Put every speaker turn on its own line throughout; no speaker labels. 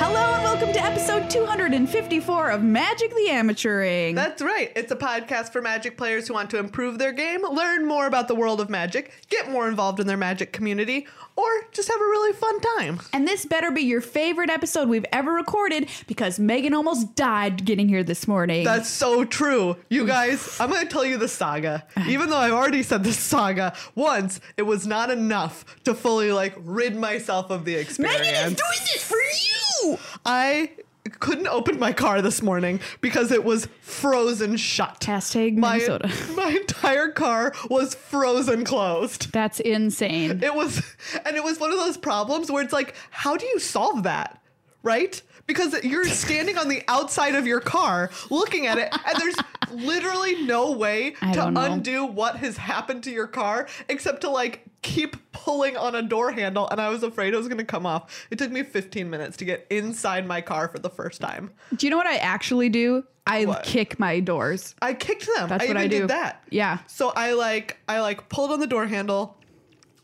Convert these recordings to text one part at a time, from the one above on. welcome to episode 254 of Magic the Amateuring.
That's right. It's a podcast for magic players who want to improve their game, learn more about the world of magic, get more involved in their magic community, or just have a really fun time.
and this better be your favorite episode we've ever recorded because Megan almost died getting here this morning.
That's so true. You guys, I'm going to tell you the saga. Even though I've already said this saga once, it was not enough to fully like rid myself of the experience.
Megan is doing this for you!
I couldn't open my car this morning because it was frozen shut.
Hashtag
my,
Minnesota.
my entire car was frozen closed.
That's insane.
It was, and it was one of those problems where it's like, how do you solve that? Right? Because you're standing on the outside of your car looking at it, and there's literally no way
I
to
don't know.
undo what has happened to your car except to like keep pulling on a door handle. And I was afraid it was going to come off. It took me 15 minutes to get inside my car for the first time.
do you know what I actually do? I
What?
kick my doors.
I kicked them.
That's
I
what
even
I do.
did that.
Yeah.
So I like I like pulled on the door handle,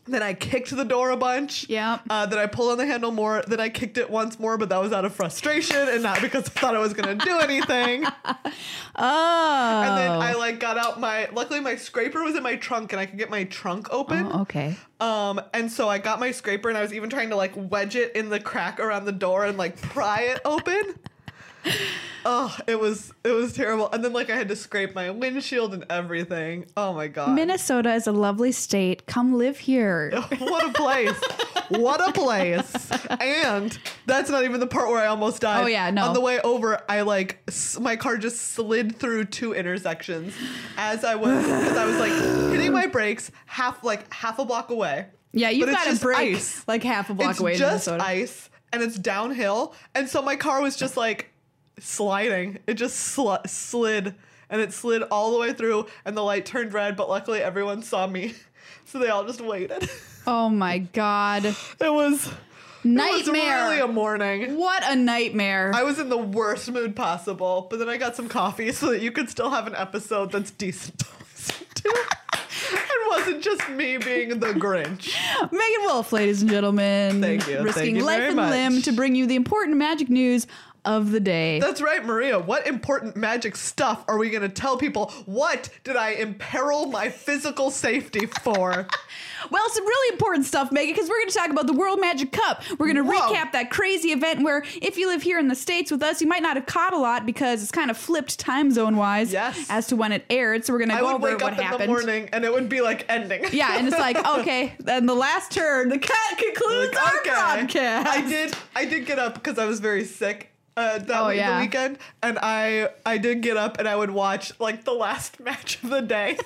then I kicked the door a bunch.
Yep.
Uh, then I pulled on the handle more. Then I kicked it once more, but that was out of frustration and not because I thought I was gonna do anything.
Oh.
And then I like got out my. Luckily, my scraper was in my trunk, and I could get my trunk open.
Oh, okay.
Um, and so I got my scraper, and I was even trying to like wedge it in the crack around the door and like pry it open. Oh, it was it was terrible. And then like I had to scrape my windshield and everything. Oh my god.
Minnesota is a lovely state. Come live here.
what a place. What a place. And that's not even the part where I almost died.
Oh, yeah, no.
On the way over, I like s- my car just slid through two intersections as I was as I was like hitting my brakes half like half a block away.
Yeah, you've
But it's
got to
just
break
ice.
like half a block
it's
away in
just
Minnesota.
ice and it's downhill and so my car was just like sliding it just sl- slid and it slid all the way through and the light turned red but luckily everyone saw me so they all just waited
Oh my god.
it was it was
Nightmare.
really a morning
what a nightmare.
i was in the worst mood possible but then i got some coffee so that you could still have an episode that's decent to listen to it wasn't just me being the grinch
Megan Wolf, ladies and gentlemen.
Thank you. Thank
Risking
you
life
very
and
much.
limb to bring you the important magic news of the day.
That's right, Maria. What important magic stuff are we going to tell people? What did I imperil my physical safety for?
well, some really important stuff, Megan, because we're going to talk about the World Magic Cup. We're going to
Whoa.
recap that crazy event where if you live here in the States with us, you might not have caught a lot because it's kind of flipped time zone wise
Yes.
as to when it aired. So we're going to
I
go
would
over
wake
what
up
happened.
in the morning and it would be like ending.
Yeah, and it's like, okay, then the last turn, the cut concludes
Like,
our broadcast.
I did. I did get up because I was very sick. Uh, that
Oh,
week,
yeah.
the weekend, and I I did get up and I would watch like the last match of the day.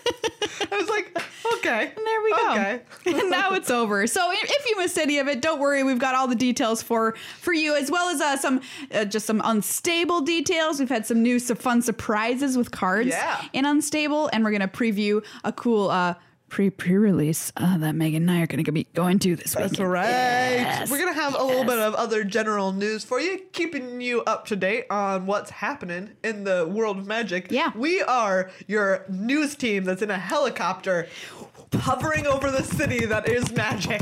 I was like, okay,
And there we go.
Okay.
and now it's over. So i- if you missed any of it, don't worry. We've got all the details for for you, as well as uh, some uh, just some unstable details. We've had some new su- fun surprises with cards
Yeah.
in unstable, and we're gonna preview a cool. Uh, Pre pre release uh, that Megan and I are going to be going to this
That's
weekend.
right.
Yes.
We're going to have a little bit of other general news for you, keeping you up to date on what's happening in the world of magic.
Yeah.
We are your news team that's in a helicopter hovering over the city that is magic.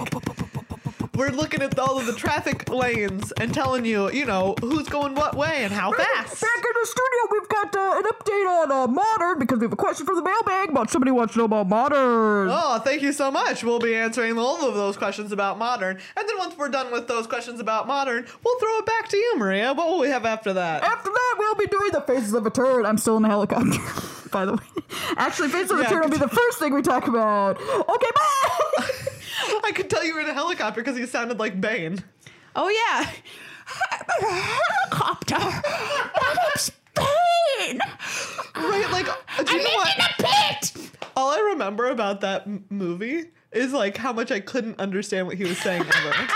We're looking at all of the traffic lanes and telling you, you know, who's going what way and how fast.
Back in the studio, we've got uh, an update on uh, modern because we have a question for the mailbag. About somebody wants to know about modern.
Oh, thank you so much. We'll be answering all of those questions about modern. And then once we're done with those questions about modern, we'll throw it back to you, Maria. What will we have after that?
After that, we'll be doing the faces of a turd. I'm still in the helicopter, by the way. Actually, faces of
Yeah,
a turd will be the first thing we talk about. Okay, bye.
I could tell you were in a helicopter because you sounded like Bane.
Oh yeah, helicopter out of Spain.
Right? Like, do
I'm
you know what?
in a pit.
All I remember about that m- movie is like how much I couldn't understand what he was saying ever.
I,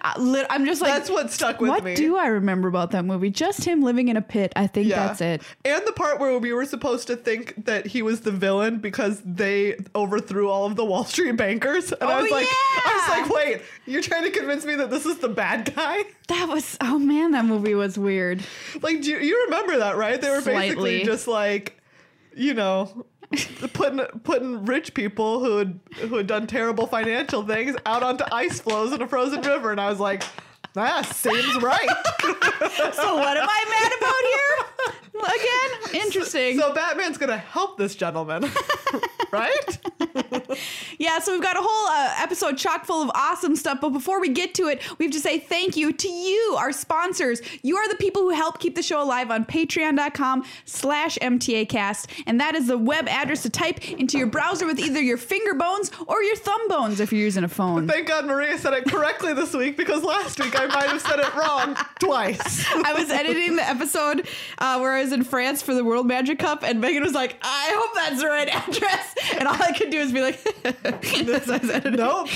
Uh, lit- I'm just like
That's what stuck with
what
me.
do I remember about that movie? Just him living in a pit. I think
Yeah.
that's it.
And the part where we were supposed to think that he was the villain because they overthrew all of the Wall Street bankers. And I
Oh,
was like, I
yeah.
was like, wait, you're trying to convince me that this is the bad guy?
That was oh man, that movie was weird.
Like, do you, you remember that, right? They were
Slightly.
basically just like, you know, putting putting rich people who had who had done terrible financial things out onto ice floes in a frozen river, and I was like, Ah, seems right.
So what am I mad about here? Again, interesting.
so Batman's gonna help this gentleman, right?
Yeah, so we've got a whole uh, episode chock full of awesome stuff. But before we get to it, we have to say thank you to you, our sponsors. You are the people who help keep the show alive on patreon.com slash mtacast. And that is the web address to type into your browser with either your finger bones or your thumb bones if you're using a phone.
Thank God Maria said it correctly this week because last week I might have said it wrong twice.
I was editing the episode uh, where I was in France for the World Magic Cup, and Megan was like, I hope that's the right address. And all I could do is be like, as I was editing.
Nope.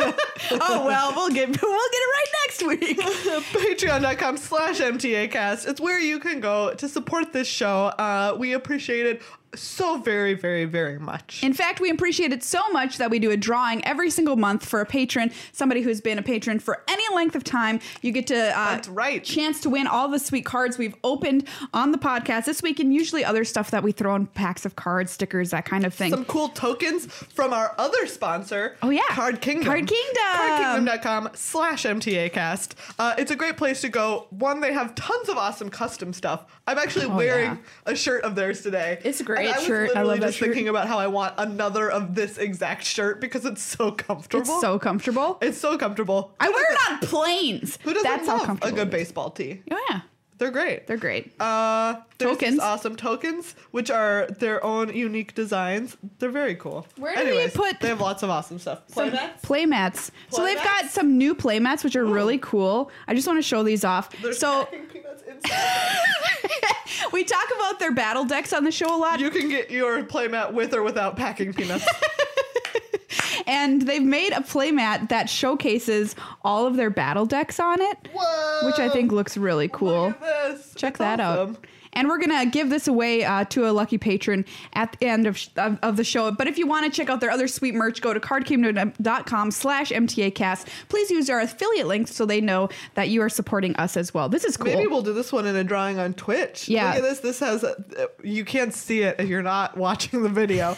oh, well, we'll get, we'll get it right next week.
Patreon.com slash MTAcast. It's where you can go to support this show. Uh, we appreciate it so very, very, very much.
In fact, we appreciate it so much that we do a drawing every single month for a patron, somebody who's been a patron for any length of time. You get to uh,
That's right.
chance to win all the sweet cards we've opened on the podcast this week, and usually other stuff that we throw in packs of cards, stickers, that kind of thing.
some cool tokens from our other sponsor.
Oh, yeah.
Card Kingdom.
Card Kingdom.
Cardkingdom.com slash MTAcast. Uh, it's a great place to go. One, they have tons of awesome custom stuff. I'm actually
Oh,
wearing
yeah.
a shirt of theirs today.
It's a great
And I was
shirt. I
literally
love that
just
shirt.
thinking about how I want another of this exact shirt because it's so comfortable.
it's so comfortable.
It's so comfortable.
I wear it on planes.
Who doesn't
That's how
love a
comfortable.
good
it is.
baseball tee?
Oh, yeah.
They're great.
They're great.
uh, there's these
Tokens.
awesome tokens, which are their own unique designs. They're very cool.
Where do we put-
They have lots of awesome stuff. Play
Some
mats?
playmats. So they've got
Playmats?
some new playmats, which are really cool. I just want to show these off.
There's
so
packing peanuts inside.
we talk about their battle decks on the show a lot.
you can get your playmat with or without packing peanuts.
and they've made a playmat that showcases all of their battle decks on it,
Whoa!
which I think looks really cool.
Look at this.
Check
It's
that
awesome.
out. And we're gonna give this away uh, to a lucky patron at the end of, sh- of, of the show. But if you want to check out their other sweet merch, go to cardkingdom.com slash mtacast. Please use our affiliate link so they know that you are supporting us as well. This is cool.
Maybe we'll do this one in a drawing on Twitch.
Yeah.
Look at this. This has, uh, you can't see it if you're not watching the video.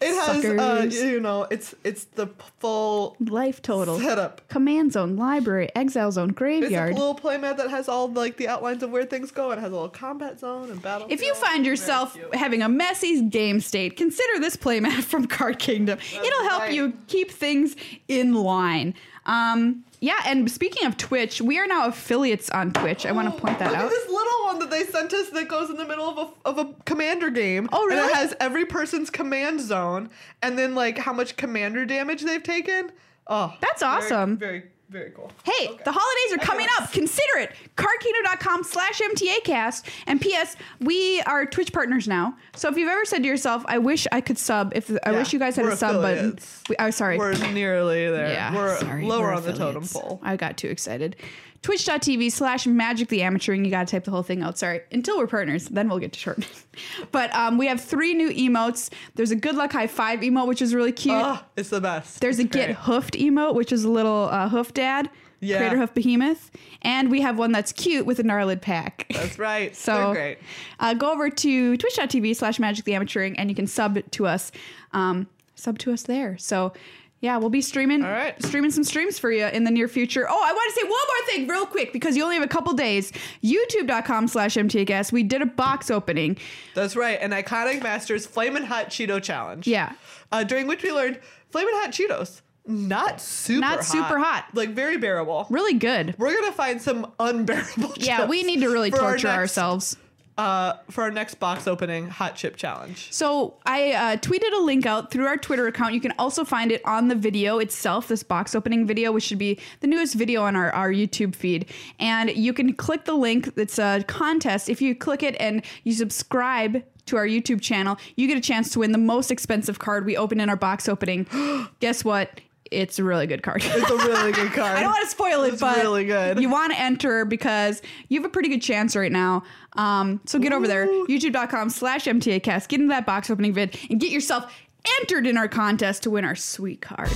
It has, uh,
Suckers.
you know, it's it's the full
Life total.
setup.
Command zone, library, exile zone,
It's a
graveyard.
little playmat that has all like the outlines of where things go. It has a little combat zone and battle.
If you find yourself having a messy game state, consider this playmat from Card Kingdom. It'll help
right.
you keep things in line. Um, yeah, and speaking of Twitch, we are now affiliates on Twitch. I want to point that
Look at
out.
this little one that they sent us that goes in the middle of a, of a commander game.
Oh,
And
really?
it has every person's command zone and then like how much commander damage they've taken. Oh,
That's
very-
awesome.
Very, very, cool.
Hey,
Okay.
the holidays are coming up. Consider it. Cardkino.com slash MTAcast. And P.S., we are Twitch partners now. So if you've ever said to yourself, I wish I could sub, if I
Yeah,
wish you guys had
we're
a sub button.
affiliates.
We, oh, sorry.
We're nearly there.
Yeah,
we're
sorry,
lower
we're
on the totem
affiliates.
pole.
I got too excited. Twitch.tv slash magic the amateur, and you got to type the whole thing out. Sorry, until we're partners, then we'll get to shorten. it. but um, we have three new emotes. There's a good luck high five emote, which is really cute.
Ah, it's the best.
There's a
It's
get
great.
hoofed emote, which is a little uh, hoof dad,
Yeah.
creator hoof behemoth, and we have one that's cute with a gnarled pack.
That's right.
So
They're great.
Uh, go over to twitch.tv slash magic the amateuring and you can sub to us. Um, sub to us there. So yeah, we'll be streaming
All right.
streaming some streams for you in the near future. Oh, I want to say one more thing real quick because you only have a couple days. YouTube.com slash MTGuest. We did a box opening.
That's right. An iconic masters flamin' hot Cheeto challenge.
Yeah.
Uh, during which we learned flamin' hot Cheetos, not super,
Not
hot,
super hot.
like very bearable.
Really good.
We're gonna find some unbearable.
Yeah,
chips
we need to really
for our
torture
next-
ourselves.
uh, for our next box opening hot chip challenge.
So I uh, tweeted a link out through our Twitter account. You can also find it on the video itself, this box opening video, which should be the newest video on our, our YouTube feed. And you can click the link. It's a contest. If you click it and you subscribe to our YouTube channel, you get a chance to win the most expensive card we opened in our box opening. Guess what? It's a really good card.
It's a really good card.
I don't want to spoil it,
It's
but
really good.
you want to enter because you have a pretty good chance right now. Um, so get over there, youtube.com slash MTAcast. Get into that box opening vid and get yourself entered in our contest to win our sweet card.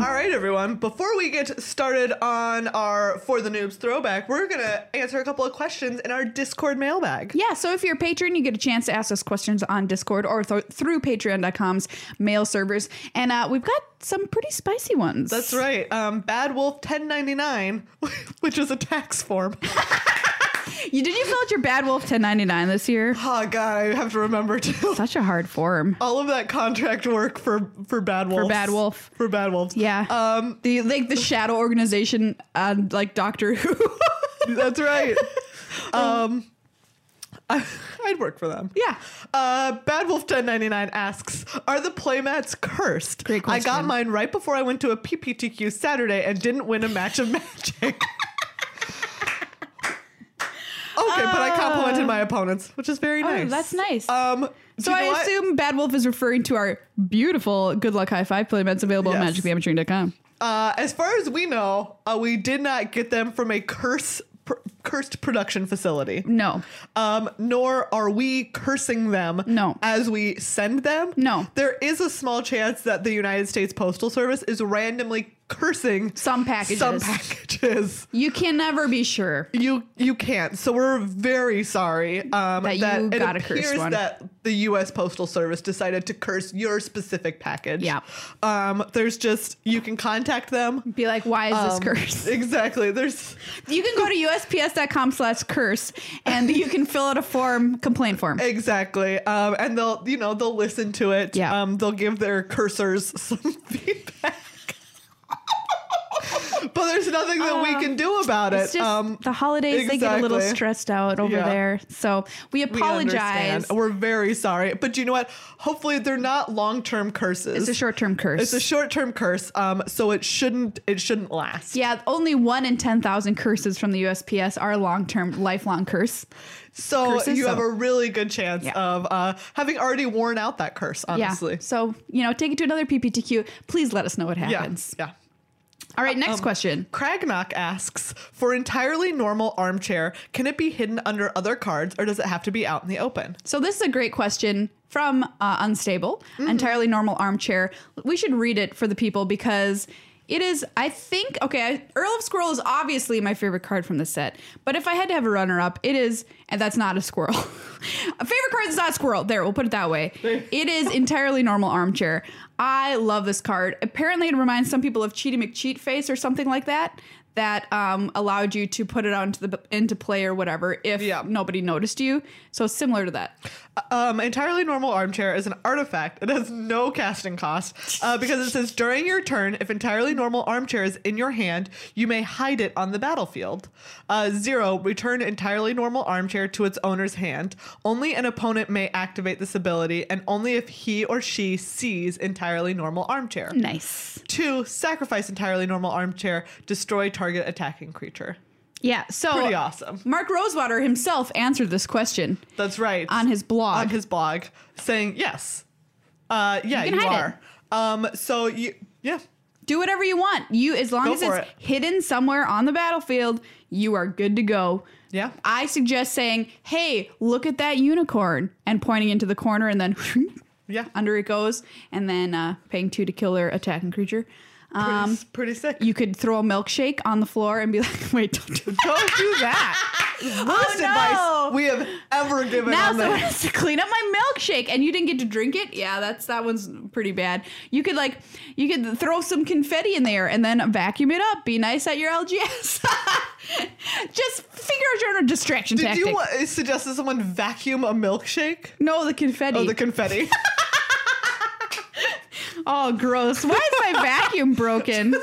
All right, everyone. Before we get started on our For the Noobs throwback, we're going to answer a couple of questions in our Discord mailbag.
Yeah, so if you're a patron, you get a chance to ask us questions on Discord or th- through patreon.com's mail servers. And uh, we've got some pretty spicy ones.
That's right. Um, Bad Wolf 1099, which is a tax form.
You did you fill out your Bad Wolf 1099 this year?
Oh, God, I have to remember too.
Such a hard form.
All of that contract work for, for Bad Wolf.
Bad Wolf.
For Bad Wolves.
Yeah.
Um,
the like the shadow organization on like Doctor Who.
that's right. um, I, I'd work for them.
yeah.
Uh, Bad Wolf 1099 asks, are the playmats cursed?
Great
I got
question.
mine right before I went to a PPTQ Saturday and didn't win a match of magic. okay, but I complimented my opponents, which is very nice.
Uh, oh, that's nice.
Um,
So
do you
I
know what?
assume Bad Wolf is referring to our beautiful Good Luck High Five playmats available
Yes.
at magicthematurine.com.
Uh, as far as we know, uh, we did not get them from a curse pr- cursed production facility.
No.
Um, nor are we cursing them
No.
as we send them.
No.
There is a small chance that the United States Postal Service is randomly cursing
Some packages.
Some packages.
You can never be sure.
You you can't. So we're very sorry. Um
That you
it
got a
appears
cursed one.
that the US Postal Service decided to curse your specific package.
Yeah.
Um there's just you can contact them.
Be like, why is this
Um,
curse?
Exactly. There's
You can go to usps.com slash curse and you can fill out a form, complaint form.
Exactly. Um, and they'll, you know, they'll listen to it.
Yeah.
Um, they'll give their cursors some feedback. but there's nothing that we
Uh,
can do about
It's
it.
just
Um,
the holidays, they get a little
exactly.
stressed out over
Yeah.
there. So we
we
apologize.
understand. We're very sorry. But you know what? Hopefully they're not long-term curses.
it's a short term curse.
It's a short-term curse. Um, so it shouldn't it shouldn't last.
yeah, only one in 10,000 curses from the USPS are long term, lifelong curse.
So
curses,
you have
so-
a really good chance
Yeah.
of uh, having already worn out that curse, honestly.
Yeah. So, you know, take it to another PPTQ. Please let us know what
Yeah.
happens.
yeah.
All right, next
Um,
question.
Cragnock asks, for entirely normal armchair, can it be hidden under other cards or does it have to be out in the open?
So this is a great question from uh, Unstable,
Mm-hmm.
entirely normal armchair. We should read it for the people because it is, I think, okay, I, Earl of Squirrel is obviously my favorite card from the set, but if I had to have a runner-up, it is, and that's not a squirrel. a favorite card is not squirrel. There, we'll put it that way. it is entirely normal armchair. I love this card. Apparently, it reminds some people of Cheaty McCheat Face or something like that. That um, allowed you to put it out into the into play or whatever if
Yeah.
nobody noticed you. So similar to that.
Um, entirely normal armchair is an artifact. It has no casting cost uh, because it says during your turn, if entirely normal armchair is in your hand, you may hide it on the battlefield. Uh, zero, return entirely normal armchair to its owner's hand. Only an opponent may activate this ability and only if he or she sees entirely normal armchair.
Nice.
Two, sacrifice entirely normal armchair, destroy target attacking creature.
Yeah. So
Pretty awesome.
Mark Rosewater himself answered this question
That's right.
on his blog.
on his blog saying yes. Uh, yeah,
You
you,
can hide
are. Um, so you yeah.
Do whatever you want. You as long
Go
as it's
for it.
hidden somewhere on the battlefield, you are good to go.
Yeah.
I suggest saying, "Hey, look at that unicorn," and pointing into the corner, and then
Yeah.
under it goes, and then uh, paying two to kill their attacking creature.
Pretty,
Um,
s- pretty sick.
you could throw a milkshake on the floor and be like, "Wait, don't do that."
Don't do that. Worst
Oh, no.
advice we have ever given
Now
on
someone has
this.
to clean up my milkshake, and you didn't get to drink it. Yeah, that's that one's pretty bad. You could like, you could throw some confetti in there and then vacuum it up. Be nice at your LGS. Just figure out your own distraction
Did
tactic.
you uh, suggest that someone vacuum a milkshake?
no, the confetti.
Oh, the confetti.
oh, gross! Why is my vacuum broken?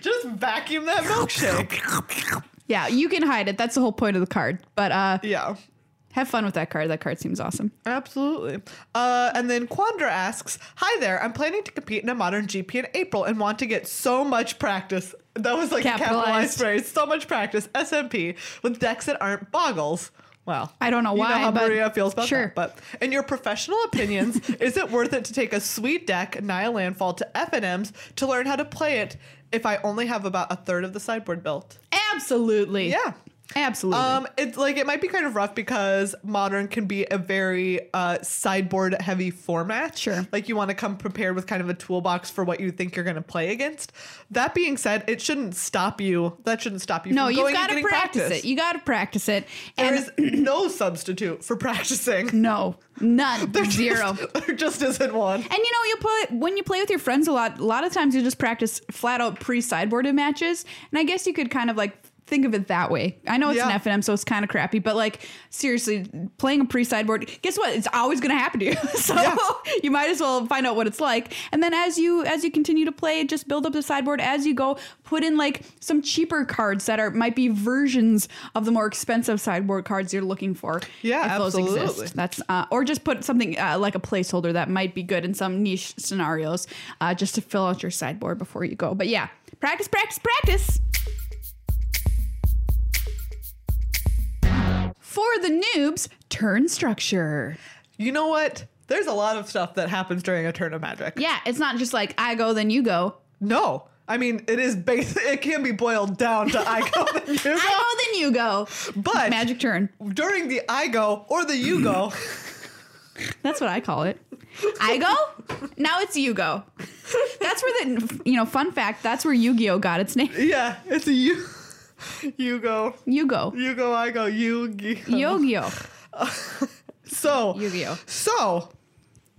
Just vacuum that milkshake.
Yeah, you can hide it. That's the whole point of the card. But uh,
Yeah.
have fun with that card. That card seems awesome.
Absolutely. Uh, and then Quandra asks, "Hi there. I'm planning to compete in a modern GP in April and want to get so much practice. That was like
Capitalized.
capitalized, capitalized phrase. So much practice. SMP with decks that aren't boggles. Wow.
I don't know
you
why,
Know how
but
Maria feels about
sure.
that. But in your professional opinions, is it worth it to take a sweet deck Nile Landfall to FNMs to learn how to play it? If I only have about a third of the sideboard built,
Absolutely.
yeah,
Absolutely.
Um, it's like it might be kind of rough because modern can be a very uh, sideboard heavy format.
Sure.
Like you want to come prepared with kind of a toolbox for what you think you're going to play against. That being said, it shouldn't stop you. That shouldn't stop you.
no,
from
you've
going and
got to
getting
practice, it.
practice.
You got to practice it.
there
and
is no substitute for practicing.
no, none, zero.
there just isn't one.
And you know, you play when you play with your friends a lot. A lot of times, you just practice flat out pre-sideboarded matches, and I guess you could kind of like think of it that way. I know it's
Yeah.
an F and M, so it's kind of crappy, but like seriously, playing a pre-sideboard, guess what? It's always going to happen to you. so
Yeah.
you might as well find out what it's like. And then as you as you continue to play, just build up the sideboard as you go. Put in like some cheaper cards that are might be versions of the more expensive sideboard cards you're looking for.
Yeah,
if those
absolutely.
exist. That's uh, or just put something uh, like a placeholder that might be good in some niche scenarios, uh, just to fill out your sideboard before you go. But yeah, practice, practice, practice. For the noobs, turn structure.
You know what? There's a lot of stuff that happens during a turn of magic.
Yeah, it's not just like I go, then you go.
No. I mean, it is basic. It can be boiled down to I go then you go.
I go, then you go.
But-
magic turn.
During the I go or the you go,
That's what I call it. I go. Now it's you go. That's where the you know fun fact. That's where Yu-Gi-Oh got its name.
yeah, it's a you. You go,
You go.
you go, I go, you go.
Yu-Gi-Oh.
So,
Yu-Gi-Oh.
so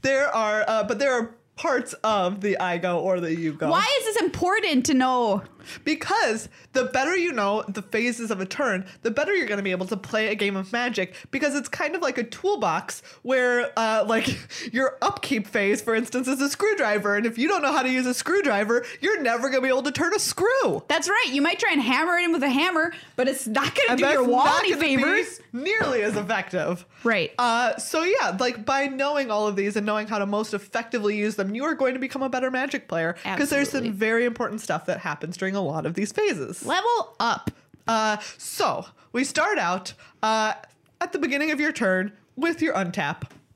there are, uh, but there are parts of the I go or the you go.
Why is this important to know?
Because the better you know the phases of a turn, the better you're going to be able to play a game of Magic. Because it's kind of like a toolbox where, uh, like, your upkeep phase, for instance, is a screwdriver. And if you don't know how to use a screwdriver, you're never going to be able to turn a screw.
That's right. You might try and hammer it in with a hammer, but it's not going to
And
do your
that's
wall
not
any
gonna be
favors.
Nearly as effective.
Right.
Uh, so yeah, like by knowing all of these and knowing how to most effectively use them, you are going to become a better Magic player because there's some
Absolutely.
very important stuff that happens during a lot of these phases.
Level up.
Uh, so we start out uh, at the beginning of your turn with your untap.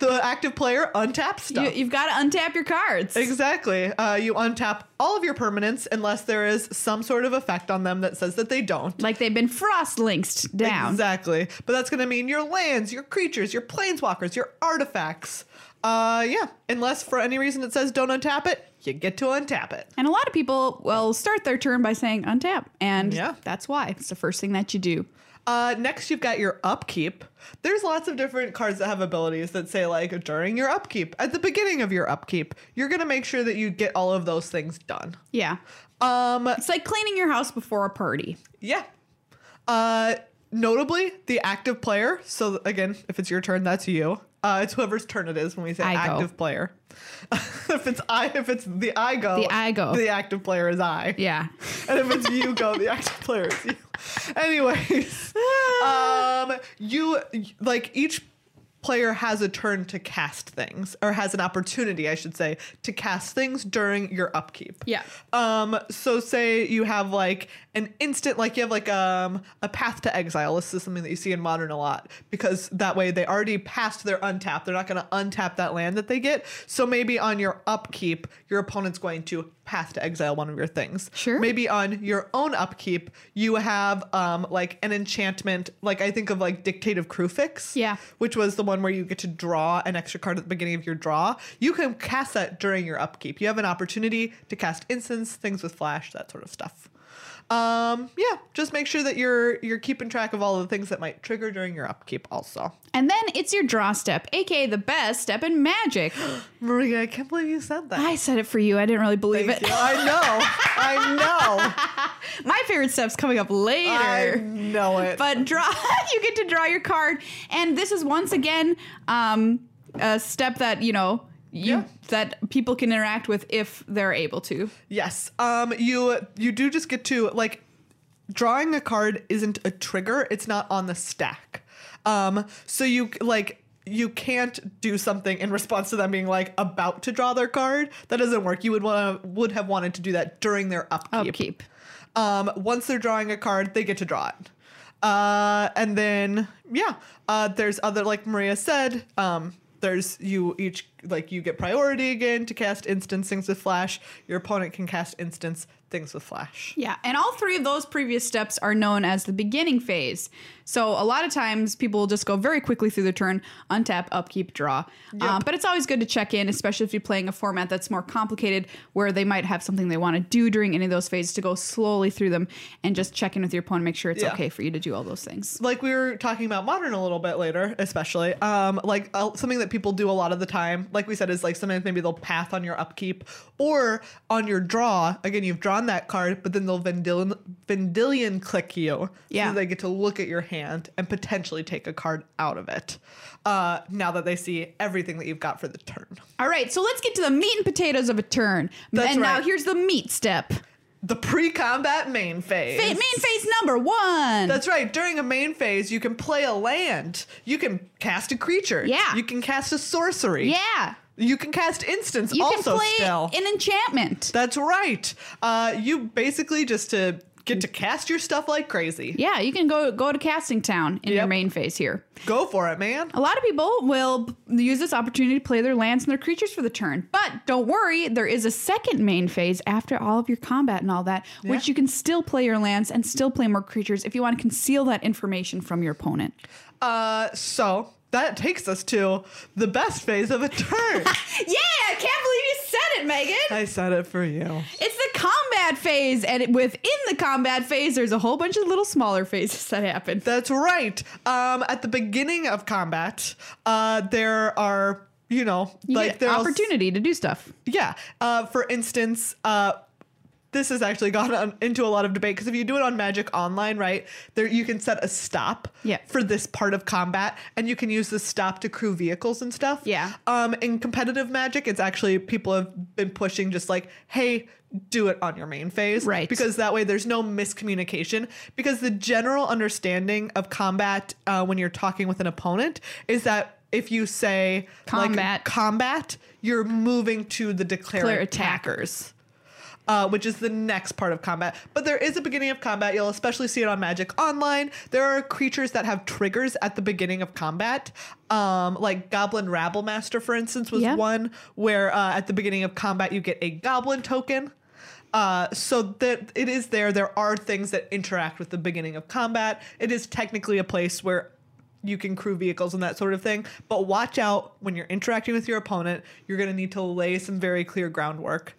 the active player untaps
You,
stuff.
you've got to untap your cards.
exactly. Uh, you untap all of your permanents unless there is some sort of effect on them that says that they don't.
like they've been frost linked down.
Exactly. But that's going to mean your lands, your creatures, your planeswalkers, your artifacts. Uh, yeah. Unless for any reason it says don't untap it, you get to untap it.
And a lot of people will start their turn by saying untap. And
Yeah.
that's why. It's the first thing that you do.
Uh, next, you've got your upkeep. There's lots of different cards that have abilities that say, like, during your upkeep, at the beginning of your upkeep, you're going to make sure that you get all of those things done.
Yeah.
Um,
It's like cleaning your house before a party.
yeah. Uh, notably, the active player. So, again, if it's your turn, that's you. Uh, it's whoever's turn it is when we say
I go.
active player. if it's I, if it's the I go,
The I go.
the active player is I.
Yeah.
and if it's you go the active player is you anyways um you like each player has a turn to cast things or has an opportunity i should say to cast things during your upkeep
Yeah.
um so say you have like an instant like you have like um a path to exile this is something that you see in modern a lot because that way they already passed their untap they're not going to untap that land that they get so maybe on your upkeep your opponent's going to path to exile one of your things
Sure.
Maybe on your own upkeep, you have um like an enchantment, like I think of like Dictative Crucifix.
Yeah.
Which was the one where you get to draw an extra card at the beginning of your draw. You can cast that during your upkeep. You have an opportunity to cast instants, things with flash, that sort of stuff. Um, yeah, just make sure that you're you're keeping track of all the things that might trigger during your upkeep also.
And then it's your draw step, aka the best step in magic.
Maria, I can't believe you said that.
I said it for you. I didn't really believe
Thank
it.
you. I know. I know.
My favorite step's coming up later.
I know it.
but draw you get to draw your card and this is once again um, a step that you know you
Yeah.
that people can interact with if they're able to
Yes. Um you you do just get to like drawing a card isn't a trigger, it's not on the stack. Um so you like you can't do something in response to them being like about to draw their card. That doesn't work. You would want would have wanted to do that during their upkeep.
upkeep
Um once they're drawing a card, they get to draw it. Uh and then yeah, uh there's other like Maria said, um there's you each like you get priority again to cast instance things with flash. Your opponent can cast instance things with Flash.
Yeah, and all three of those previous steps are known as the beginning phase. So a lot of times people will just go very quickly through their turn, untap, upkeep, draw. Um, but it's always good to check in, especially if you're playing a format that's more complicated, where they might have something they want to do during any of those phases to go slowly through them and just check in with your opponent, make sure it's
Yeah.
okay for you to do all those things.
Like we were talking about modern a little bit later, especially um, like uh, something that people do a lot of the time. Like we said, is like sometimes maybe they'll path on your upkeep or on your draw. Again, you've drawn that card, but then they'll Vendillion, Vendillion click you.
Yeah.
so they get to look at your hand and potentially take a card out of it. Uh, now that they see everything that you've got for the turn,
All right, so let's get to the meat and potatoes of a turn.
That's
and now
right.
here's the meat step.
the pre-combat main phase.
Fa- main phase number one.
That's right. During a main phase, you can play a land. You can cast a creature.
Yeah.
You can cast a sorcery.
yeah.
You can cast instance
You
also
can play
still.
an enchantment.
That's right. Uh, you basically just to get to cast your stuff like crazy.
Yeah, you can go go to Casting Town in your
Yep.
main phase here.
Go for it, man.
A lot of people will p- use this opportunity to play their lands and their creatures for the turn. But don't worry, there is a second main phase after all of your combat and all that, which
Yeah.
you can still play your lands and still play more creatures if you want to conceal that information from your opponent.
Uh, so that takes us to the best phase of a turn.
Yeah, I can't believe you said it, Megan.
I said it for you.
It's the combat phase, and it- within the combat phase, there's a whole bunch of little smaller phases that happen.
That's right. Um, at the beginning of combat, uh, there are you know
You
like
like
there
get
are
opportunity to do stuff.
Yeah. Uh, for instance, uh, this has actually gone on into a lot of debate because if you do it on Magic Online, right, there you can set a stop
Yeah.
for this part of combat, and you can use the stop to crew vehicles and stuff.
Yeah.
Um, in competitive Magic, it's actually people have been pushing just like, hey, do it on your main phase,
Right.
Because that way there's no miscommunication. Because the general understanding of combat uh, when you're talking with an opponent is that if you say like,
Combat.
combat, you're moving to the declare,
Declare
attackers. Uh, which is the next part of combat. But there is a beginning of combat. You'll especially see it on Magic Online. There are creatures that have triggers at the beginning of combat. Um, like Goblin Rabble Master, for instance, was
Yeah.
one where uh, at the beginning of combat you get a goblin token. Uh, so that it is there. There are things that interact with the beginning of combat. It is technically a place where you can crew vehicles and that sort of thing. But watch out when you're interacting with your opponent. You're going to need to lay some very clear groundwork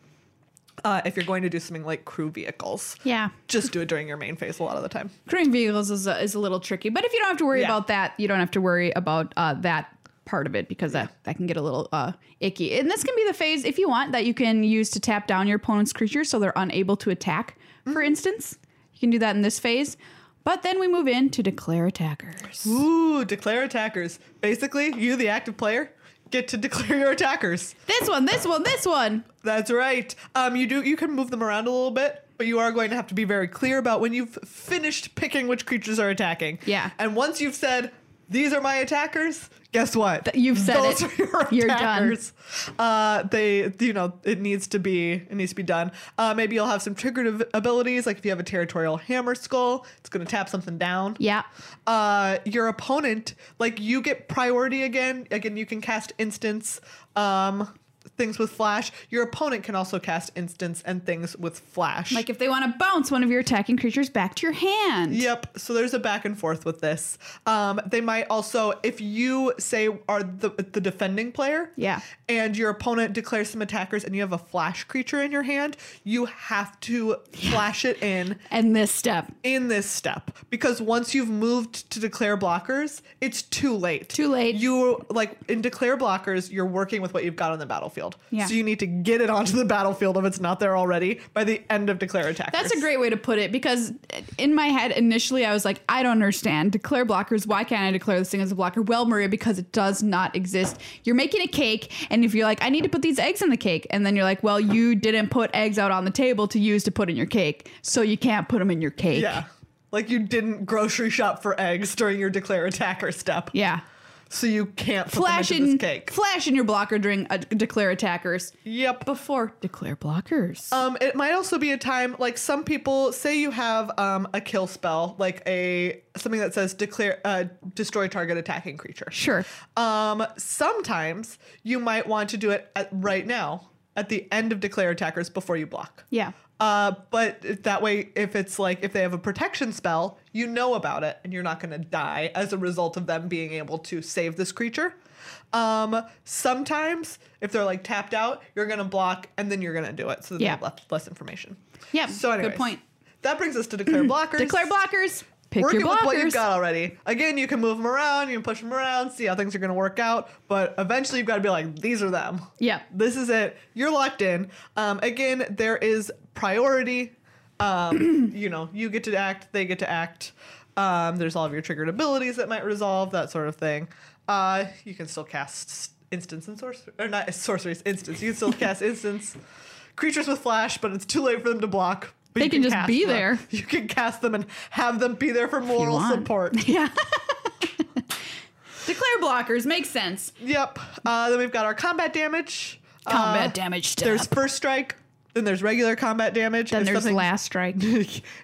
uh, if you're going to do something like crew vehicles.
Yeah.
Just do it during your main phase a lot of the time.
crewing vehicles is a, is a little tricky but if you don't have to worry
Yeah.
about that you don't have to worry about uh, that part of it because that, that can get a little uh, icky and this can be the phase if you want that you can use to tap down your opponent's creatures so they're unable to attack for instance you can do that in this phase but then we move in to declare attackers
Ooh, declare attackers. Basically, you, the active player, get to declare your attackers.
this one this one this one
That's right. Um, you do. You can move them around a little bit, but you are going to have to be very clear about when you've finished picking which creatures are attacking.
Yeah.
And once you've said these are my attackers, guess what?
Th- you've said
Those
it.
Are your
You're done.
attackers. Uh, they, you know, it needs to be. It needs to be done. Uh, maybe you'll have some triggered av- abilities, like if you have a territorial hammer skull, it's going to tap something down
yeah
uh, your opponent, like you get priority again. Again, you can cast instance um, things with flash. Your opponent can also cast instance and things with flash.
like if they want to bounce one of your attacking creatures back to your hand
Yep. So there's a back and forth with this. Um, they might also, if you say are the the defending player,
Yeah.
and your opponent declares some attackers, and you have a flash creature in your hand, you have to flash it in
and this step
in this step because once you've moved to declare blockers, it's too late.
Too late.
You like in declare blockers, you're working with what you've got on the battlefield.
Yeah.
So you need to get it onto the battlefield if it's not there already by the end of declare attackers.
That's a great way to put it because in my head initially I was like, I don't understand. Declare blockers. Why can't I declare this thing as a blocker? Well, Maria, because it does not exist. You're making a cake, and if you're like, I need to put these eggs in the cake, and then you're like, well, you didn't put eggs out on the table to use to put in your cake, so you can't put them in your cake.
yeah. Like you didn't grocery shop for eggs during your declare attacker step.
Yeah.
So you can't put
Flash
them into
in,
this cake.
flash in your blocker during uh, declare attackers
Yep.
before declare blockers.
Um, it might also be a time like some people say you have um, a kill spell like a something that says declare uh, destroy target attacking creature.
sure.
Um, sometimes you might want to do it at, right now at the end of declare attackers before you block.
Yeah.
Uh, but if- that way, if it's like if they have a protection spell, you know about it, and you're not going to die as a result of them being able to save this creature. Um, sometimes if they're like tapped out, you're going to block, and then you're going to do it, so that
Yeah.
they have less, less information.
Yeah,
So
good
anyways,
point.
That brings us to declare blockers.
Declare blockers. Pick
Working
your blockers.
with what you've got already. Again, you can move them around, you can push them around, see how things are going to work out, but eventually you've got to be like, these are them.
Yeah.
This is it. You're locked in. Um, again, there is priority. Um, you know, you get to act, they get to act. Um, there's all of your triggered abilities that might resolve, that sort of thing. Uh, you can still cast instance and sorcery, or not sorceries, instance. You can still cast instance creatures with flash, but it's too late for them to block. But
They
you
can just
cast
be
them.
there.
You can cast them and have them be there for moral
want.
support.
Yeah. Declare blockers makes sense.
Yep. Uh, then we've got our combat damage.
Combat
Uh,
damage step.
There's first strike. Then there's regular combat damage.
then
if
there's
something-
last strike.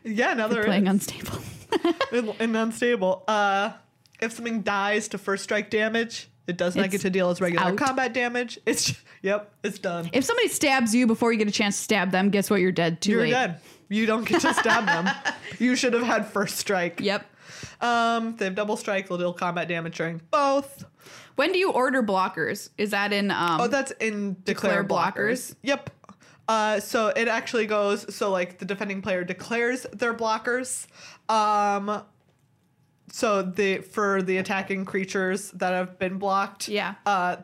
Yeah, now there
playing
is.
unstable.
and, and unstable. Uh, if something dies to first strike damage, it does not
It's-
get to deal its regular
out.
combat damage. It's yep, it's done.
If somebody stabs you before you get a chance to stab them, guess what? You're dead. Too
You're
late.
dead. You don't get to stab them. You should have had first strike.
Yep.
Um, they have double strike. They'll deal combat damage during both.
When do you order blockers? Is that in? Um,
Oh, that's in
Declare
declare, blockers.
blockers.
Yep. Uh, so it actually goes so like the defending player declares their blockers. Um, so the for the attacking creatures that have been blocked.
Yeah.
Uh,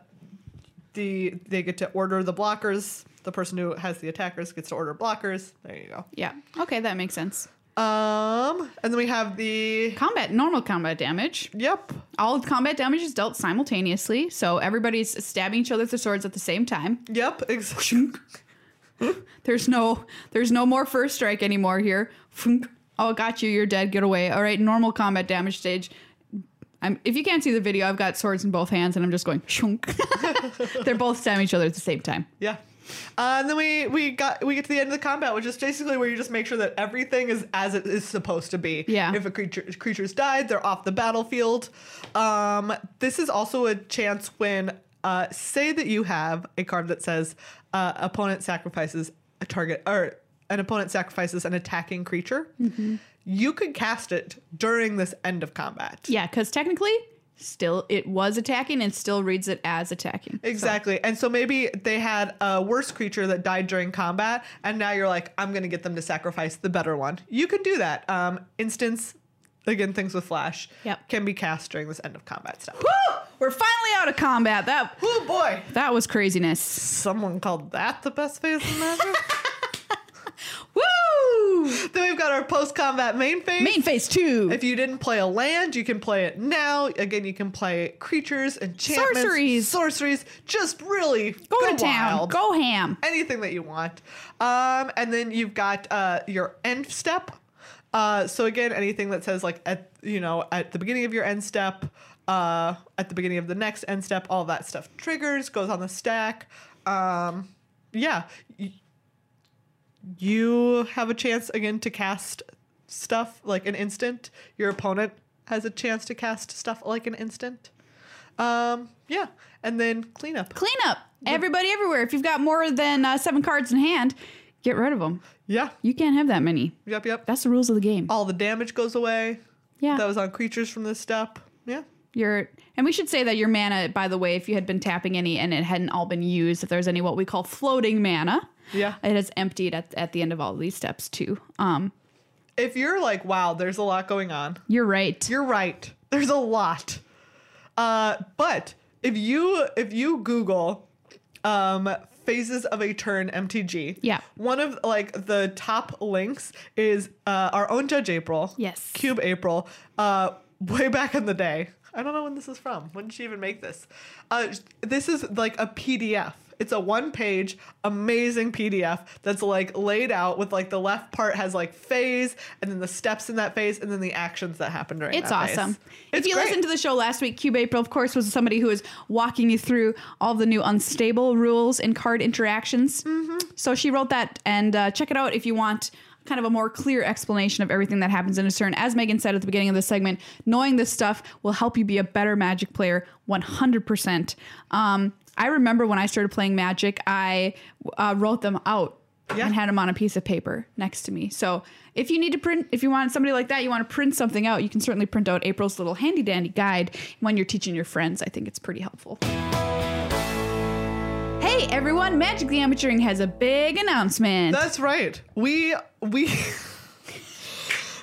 the they get to order the blockers. The person who has the attackers gets to order blockers. There you go.
yeah. Okay, that makes sense.
Um, and then we have the
Combat, normal combat damage.
yep.
All combat damage is dealt simultaneously, so everybody's stabbing each other with their swords at the same time.
Yep. Exactly.
There's no, there's no more first strike anymore here. Funk. Oh, got you. You're dead. Get away. All right. Normal combat damage stage. I'm, if you can't see the video, I've got swords in both hands and I'm just going shunk. They're both stabbing each other at the same time.
Yeah. Uh, and then we we got we get to the end of the combat, which is basically where you just make sure that everything is as it is supposed to be.
Yeah.
If a creature creature's died, they're off the battlefield. Um, this is also a chance when uh, say that you have a card that says uh, opponent sacrifices a target or an opponent sacrifices an attacking creature. You could cast it during this end of combat.
Yeah, because technically, still it was attacking and still reads it as attacking.
Exactly. And so maybe they had a worse creature that died during combat, and now you're like, I'm going to get them to sacrifice the better one. You can do that. Um, instance, again, things with flash
Yep.
can be cast during this end of combat stuff.
Woo! We're finally out of combat. That
oh boy.
that was craziness.
Someone called that the best phase in Magic.
Woo!
then we've got our post combat main phase.
Main phase two.
If you didn't play a land, you can play it now. Again, you can play creatures, enchantments,
Sorceries.
sorceries. Just really go,
Go to town.
wild.
Go ham.
anything that you want. Um, and then you've got uh, your end step. Uh, so again, anything that says like at you know at the beginning of your end step, uh, at the beginning of the next end step, all that stuff triggers, goes on the stack. Um, yeah, Y- you have a chance again to cast stuff like an instant. Your opponent has a chance to cast stuff like an instant. Um, yeah, and then cleanup.
Clean up. Everybody everywhere. If you've got more than uh, seven cards in hand, get rid of them.
Yeah,
You can't have that many.
yep, yep.
That's the rules of the game.
all the damage goes away.
Yeah.
That was on creatures from this step. Yeah.
Your and we should say that your mana, by the way, if you had been tapping any and it hadn't all been used, if there's any what we call floating mana,
Yeah.
it is emptied at, at the end of all these steps too. Um,
If you're like, wow, there's a lot going on,
you're right.
you're right. There's a lot. Uh, but if you if you Google um phases of a turn MTG,
Yeah.
one of like the top links is uh, our own Judge April.
Yes.
Cube April. Uh, way back in the day. I don't know when this is from. When did she even make this? Uh, this is like a PDF. It's a one-page, amazing PDF that's like laid out with like the left part has like phase, and then the steps in that phase, and then the actions that happen during.
It's
that phase.
awesome. If
It's
you
great.
listened to the show last week, Cube April, of course, was somebody who was walking you through all the new unstable rules and card interactions. So she wrote that, and uh, check it out if you want kind of a more clear explanation of everything that happens in a turn. As Megan said at the beginning of this segment, knowing this stuff will help you be a better Magic player 100%. Um, I remember when I started playing Magic, I uh, wrote them out
Yeah.
and had them on a piece of paper next to me. So if you need to print, if you want somebody like that, you want to print something out, you can certainly print out April's little handy dandy guide when you're teaching your friends. I think it's pretty helpful. Hey everyone, Magic the Amateuring has a big announcement.
That's right. We we.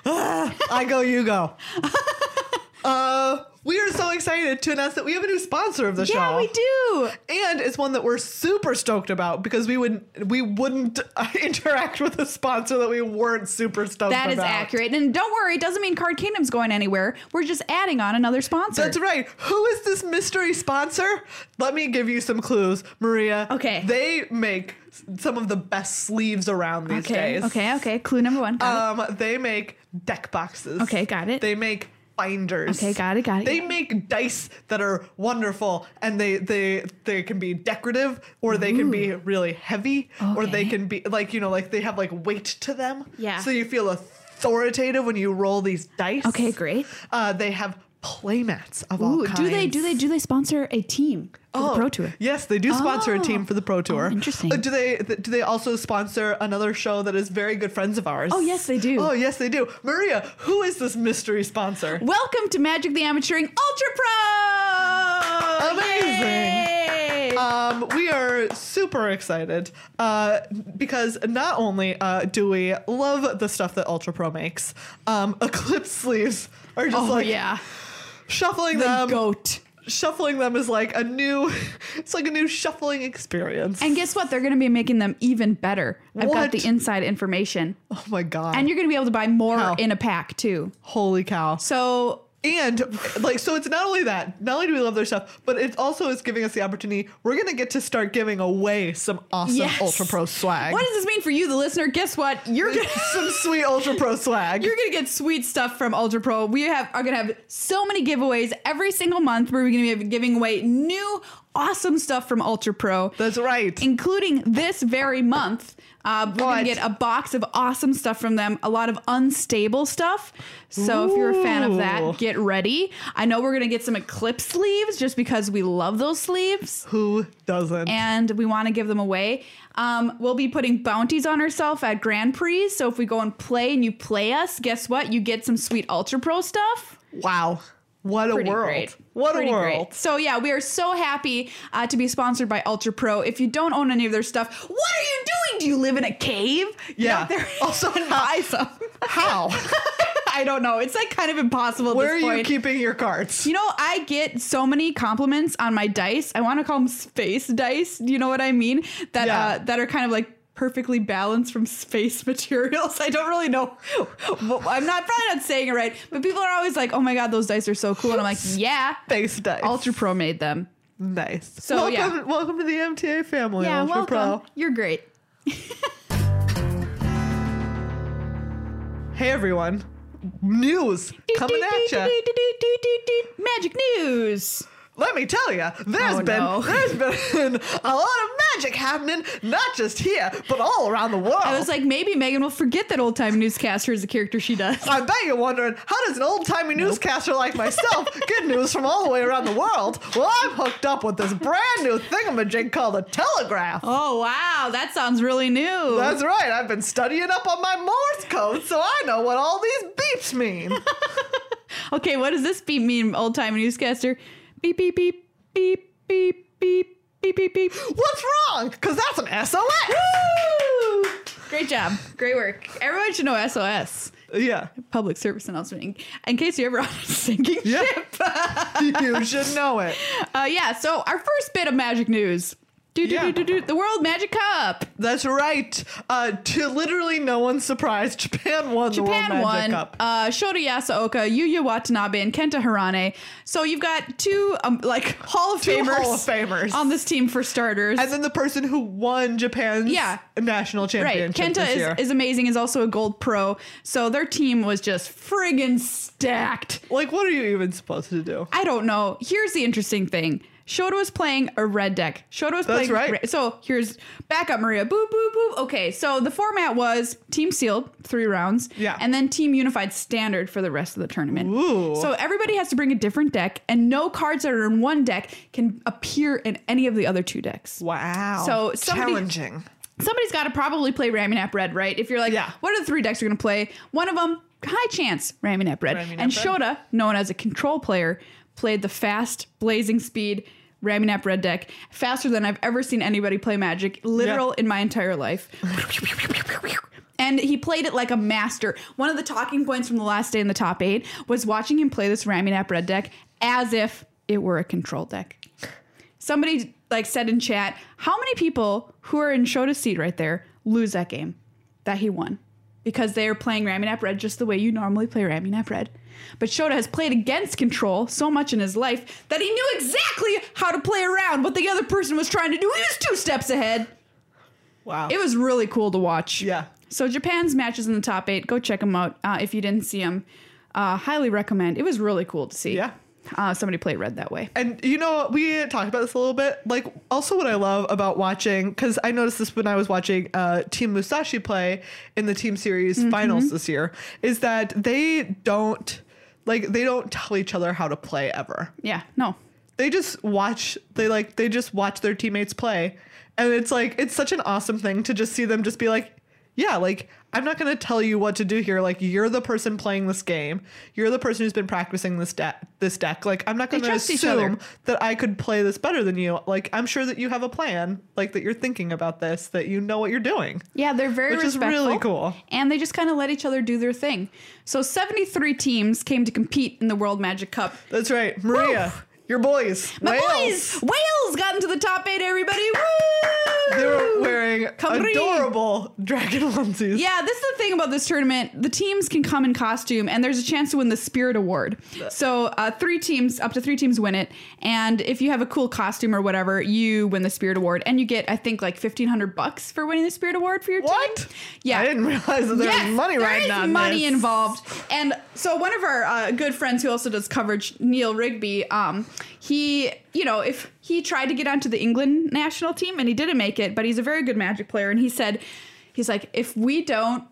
Ah, I go, you go. uh, we are so excited to announce that we have a new sponsor of the show.
yeah, we do.
and it's one that we're super stoked about because we wouldn't we wouldn't uh, interact with a sponsor that we weren't super stoked
That is
about.
accurate. And don't worry, it doesn't mean Card Kingdom's going anywhere. We're just adding on another sponsor.
That's right. Who is this mystery sponsor? Let me give you some clues, Maria.
Okay.
They make s- some of the best sleeves around these
okay,
days.
okay, okay. Clue number one. Got it.
Um, they make deck boxes.
Okay, got it.
They make binders.
Okay, got it, got it,
They
got it.
make dice that are wonderful, and they they they can be decorative, or they can be really heavy, or they
Okay.
can be like you know like they have like weight to them.
Yeah.
So you feel authoritative when you roll these dice.
Okay, great.
Uh, they have playmats of all
Ooh,
kinds.
do they do they do they sponsor a team for the Pro Tour?
Oh, Yes, they do sponsor a team
Oh.
for the Pro Tour.
interesting.
Uh, do they th- do they also sponsor another show that is very good friends of ours?
Oh, yes, they do.
Oh yes, they do. Maria, who is this mystery sponsor?
Welcome to Magic the Amateuring Ultra Pro!
Amazing.
Yay!
Um, we are super excited uh, because not only uh, do we love the stuff that Ultra Pro makes, um, Eclipse sleeves are just
oh
like
yeah,
shuffling
the
them.
goat.
Shuffling them is like a new, it's like a new shuffling experience.
And guess what? They're going to be making them even better. I've
What?
got the inside information,
oh my god!
and you're going to be able to buy more
How?
in a pack too.
holy cow!
So
And like, so it's not only that, not only do we love their stuff, but it also is giving us the opportunity. We're gonna get to start giving away some awesome
yes,
Ultra Pro swag.
What does this mean for you, the listener? Guess what? You're gonna.
some sweet Ultra Pro swag.
You're gonna get sweet stuff from Ultra Pro. We have are gonna have so many giveaways every single month. Where we're gonna be giving away new awesome stuff from Ultra Pro.
That's right.
including this very month. Uh, we're
What?
going to get a box of awesome stuff from them, a lot of unstable stuff. So if you're a fan of
Ooh.
that, get ready. I know we're going to get some Eclipse sleeves just because we love those sleeves
Who doesn't?
and we want to give them away. Um, we'll be putting bounties on ourselves at Grand Prix. So if we go and play and you play us, guess what? You get some sweet Ultra Pro stuff.
wow. What a
Pretty
world.
great.
What
Pretty
a
great.
world.
So yeah, we are so happy uh, to be sponsored by Ultra Pro. If you don't own any of their stuff, what are you doing? Do you live in a cave? Get
Yeah.
out there
Also,
and buy some.
How?
I don't know. It's like kind of impossible. At
Where are
this
you
point.
keeping your cards?
You know, I get so many compliments on my dice. I want to call them space dice. Do you know what I mean? That
Yeah.
uh, that are kind of like perfectly balanced from space materials. I don't really know. Well, I'm not probably not saying it right, but people are always like, "Oh my god, those dice are so cool," and I'm like, "Yeah,
Face dice.
Ultra Pro made them."
nice.
So,
welcome,
yeah.
welcome to the MTA family,
yeah,
Ultra
welcome.
Pro.
You're great.
Hey everyone. News coming at you.
Magic news.
Let me tell you, there's
Oh,
been
no.
there's been a lot of magic happening, not just here, but all around the world.
I was like, maybe Megan will forget that old time newscaster is a character she does.
I bet you're wondering how does an old timey newscaster like myself get news from all the way around the world? Well, I'm hooked up with this brand new thingamajig called the Telegraph.
Oh wow, that sounds really new.
That's right. I've been studying up on my Morse code, so I know what all these beeps mean.
okay, what does this beep mean, old time newscaster? Beep beep beep beep beep beep beep beep beep.
What's wrong? Because that's an SOS.
Woo! Great job. Great work. Everyone should know SOS.
Yeah.
Public service announcement. In, in case you're ever on a sinking
Yeah.
ship.
you should know it.
Uh, yeah, so our first bit of magic news. Do, do,
Yeah.
do, do, do, the World Magic Cup.
That's right. Uh, to literally no one's surprise, Japan won
Japan
the World Magic
won.
Cup.
Uh, Shota Yasaoka, Yuya Watanabe, and Kenta Harane. So you've got two um, like Hall of
Two
Famers,
Hall of Famers.
on this team for starters.
and then the person who won Japan's
Yeah.
national
right,
championship
Kenta
this
is,
year.
is amazing. Is also a gold pro. So their team was just friggin' stacked.
like, what are you even supposed to do?
I don't know. Here's the interesting thing. Shota was playing a red deck. Shota was
That's
playing.
right.
re- so here's back up, Maria. Boop, boop, boop. Okay, so the format was team sealed, three rounds.
Yeah.
And then team unified standard for the rest of the tournament.
Ooh.
So everybody has to bring a different deck, and no cards that are in one deck can appear in any of the other two decks.
Wow.
So somebody-
challenging.
somebody's got to probably play Raminap Red, right? If you're like,
Yeah.
what are the three decks you're going to play? One of them, high chance, Raminap Red.
Raminap
and
Red.
Shoda, known as a control player, played the fast, blazing speed Raminap Red deck faster than I've ever seen anybody play Magic, literal in my entire life. And he played it like a master. One of the talking points from the last day in the top eight was watching him play this Raminap Red deck as if it were a control deck somebody like said in chat, how many people who are in Shota's seat right there lose that game that he won because they are playing Raminap Red just the way you normally play Raminap Red. But Shota has played against control so much in his life that he knew exactly how to play around what the other person was trying to do. He was two steps ahead.
Wow.
It was really cool to watch.
yeah.
So Japan's matches in the top eight. Go check them out uh, if you didn't see them. Uh, highly recommend. It was really cool to see.
Yeah.
Uh, somebody play red that way.
And you know, we talked about this a little bit. Like, also, what I love about watching, because I noticed this when I was watching uh, Team Musashi play in the team series
Mm-hmm.
finals this year, is that they don't, like, they don't tell each other how to play ever.
Yeah. No.
They just watch, they like, they just watch their teammates play. And it's like, it's such an awesome thing to just see them just be like, yeah, like, I'm not going to tell you what to do here. Like, you're the person playing this game. You're the person who's been practicing this deck. This deck. Like, I'm not
They
going to
trust each other.
assume that I could play this better than you. Like, I'm sure that you have a plan, like that you're thinking about this, that you know what you're doing.
Yeah, they're very
Which is
respectful.
really cool.
And they just kind of let each other do their thing. So 73 teams came to compete in the World Magic Cup.
That's right. Maria, your boys.
My
Wales.
boys, Wales got into the top eight, everybody. Woo!
They were wearing
Camry.
adorable dragon onesies.
Yeah, this is the thing about this tournament. The teams can come in costume, and there's a chance to win the Spirit Award. So, uh, three teams, up to three teams, win it. And if you have a cool costume or whatever, you win the Spirit Award, and you get, I think, like fifteen hundred bucks for winning the Spirit Award for your
What?
team. Yeah,
I didn't realize that there
Yes,
was money
there
riding
is
on
money
this.
involved. And so one of our uh, good friends who also does coverage, Neil Rigby, um, he, you know, if he tried to get onto the England national team and he didn't make it, but he's a very good magic player. And he said, he's like, if we don't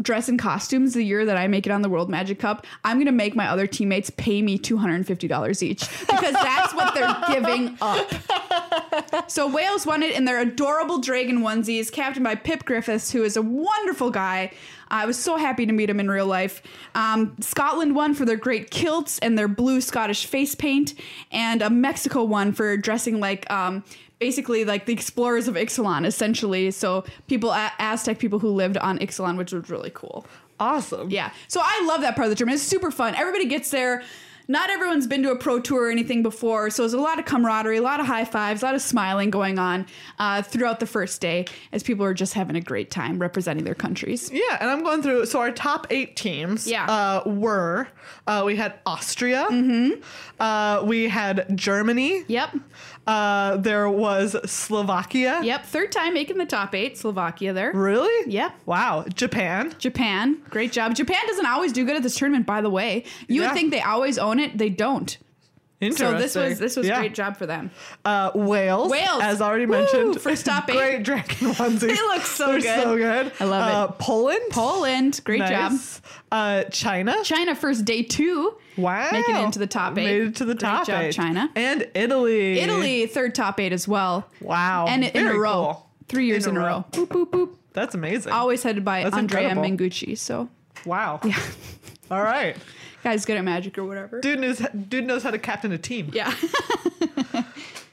dress in costumes the year that I make it on the World Magic Cup, I'm going to make my other teammates pay me $250 each because that's what they're giving up. So Wales won it in their adorable dragon onesies, captained by Pip Griffiths, who is a wonderful guy. I was so happy to meet him in real life. Um, Scotland won for their great kilts and their blue Scottish face paint, and uh, Mexico won for dressing like um, basically like the explorers of Ixalan, essentially. So people a- Aztec people who lived on Ixalan, which was really cool.
Awesome.
Yeah. So I love that part of the tournament. It's super fun. Everybody gets there. Not everyone's been to a pro tour or anything before, so there's a lot of camaraderie, a lot of high fives, a lot of smiling going on uh, throughout the first day as people are just having a great time representing their countries.
Yeah, and I'm going through. So our top eight teams
Yeah.
uh, were uh, we had Austria,
Mm-hmm.
uh, we had Germany,
Yep.
uh, there was Slovakia.
Yep. Third time making the top eight, Slovakia there.
Really?
Yep.
Wow. Japan.
Japan, great job. Japan doesn't always do good at this tournament, by the way. You
Yeah.
would think they always own it, they don't. So
Interesting.
this was this was
Yeah.
great job for them.
Uh, Wales.
Wales.
As already
Woo,
mentioned.
for stop eight.
Great dragon onesies. they
look so good.
so good.
I love it.
uh, Poland.
Poland, great job.
nice. Uh, China.
China first day two.
Wow.
Making it into the top eight.
Made it to the
Great
top
job,
eight.
China.
And Italy.
Italy third top eight as well.
Wow.
and in a
Oh, Very
row,
cool.
three years in, a row. Boop boop boop.
That's amazing.
Always headed by
That's
Andrea
incredible.
Mengucci. So
Wow. All right.
guys, good at magic or whatever.
Dude knows, dude knows how to captain a team.
Yeah,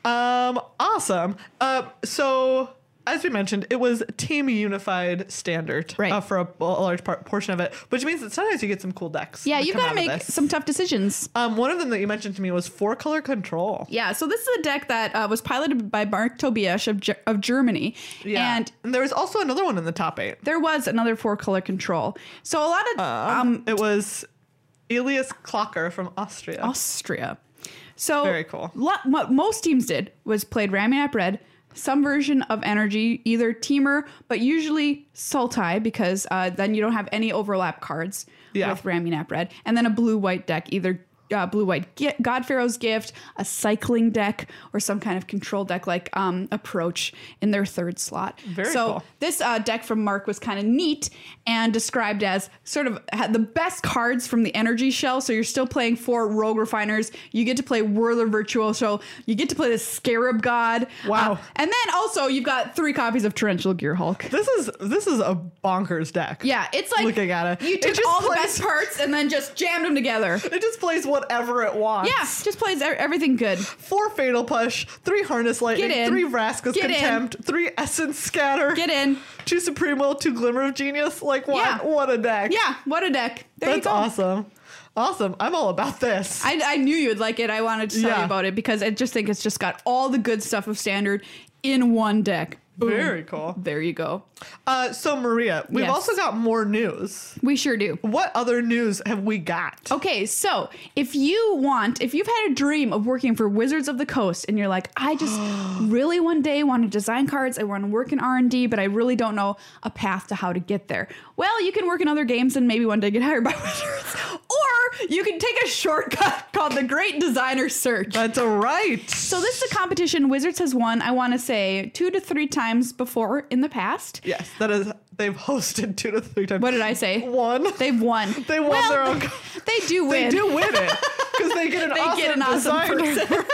Um, awesome. Uh, so as we mentioned, it was team unified standard
Right.
uh, for a, a large part, portion of it, which means that sometimes you get some cool decks.
yeah.
that
You
come
gotta
out of
make
this.
some tough decisions.
Um, one of them that you mentioned to me was four color control.
Yeah. So this is a deck that uh, was piloted by Mark Tobias of, Ge- of Germany, and
there was also another one in the top eight.
there was another four color control. So a lot of um,
It was Elias Clocker from Austria.
Austria. So
Very cool.
Lo- what most teams did was played Raminap Red, some version of Energy, either Teamer, but usually Sultai because uh, then you don't have any overlap cards
Yeah.
with Raminap Red, and then a blue white deck, either uh, blue white G- God Pharaoh's gift, a cycling deck, or some kind of control deck like um, approach in their third slot.
Very
so
cool.
this uh, deck from Mark was kind of neat and described as sort of had the best cards from the energy shell. So you're still playing four rogue refiners. You get to play Whirler Virtuoso. You get to play the Scarab God.
Wow.
Uh, and then also you've got three copies of Torrential Gear Hulk.
This is this is a bonkers deck.
Yeah, it's like
Looking at it.
You
It
took
just
all the
plays-
best parts and then just jammed them together.
It just plays whatever it wants.
Yeah, just plays e- everything good.
Four Fatal Push, three Harness Lightning,
Get in.
three Vraska's
Get in.
Contempt, three Essence Scatter,
Get in.
two Supreme Will, two Glimmer of Genius. Like, what,
Yeah.
what a deck.
Yeah, what a deck. There you
That's
go.
awesome. Awesome. I'm all about this.
I, I knew you'd like it. I wanted to tell you
Yeah.
about it because I just think it's just got all the good stuff of standard in one deck. Boom.
Very cool.
There you go.
Uh, so, Maria, we've
Yes.
also got more news.
We sure do.
What other news have we got?
Okay, so if you want, if you've had a dream of working for Wizards of the Coast and you're like, I just really one day want to design cards, I want to work in R&D, but I really don't know a path to how to get there. Well, you can work in other games and maybe one day get hired by Wizards. Or you can take a shortcut called the Great Designer Search.
That's all right.
So this is a competition Wizards has won, I want to say, two to three times before in the past.
yes, that is. They've hosted two to three times.
What did I say?
One.
They've won.
They won
Well,
their own. co-
They do win.
They do win it because they get an
They
awesome
get an awesome
designer.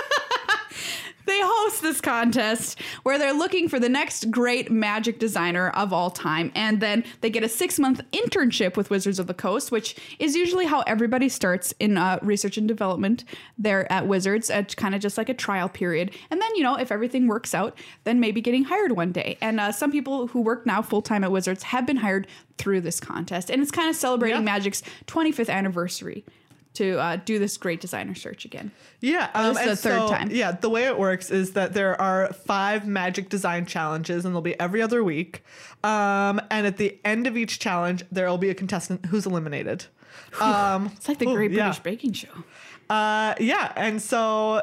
they host this contest where they're looking for the next great magic designer of all time. And then they get a six month internship with Wizards of the Coast, which is usually how everybody starts in uh, research and development there at Wizards, at kind of just like a trial period. And then, you know, if everything works out, then maybe getting hired one day. And uh, some people who work now full time at Wizards have been hired through this contest. And it's kind of celebrating
Yeah.
Magic's 25th anniversary. To uh, do this great designer search again.
Yeah, um,
this is
and
the third time.
Yeah, the way it works is that there are five magic design challenges, and they'll be every other week. Um, and at the end of each challenge, there will be a contestant who's eliminated. Um,
It's like the
ooh,
Great
yeah.
British Baking Show.
Uh, yeah, and so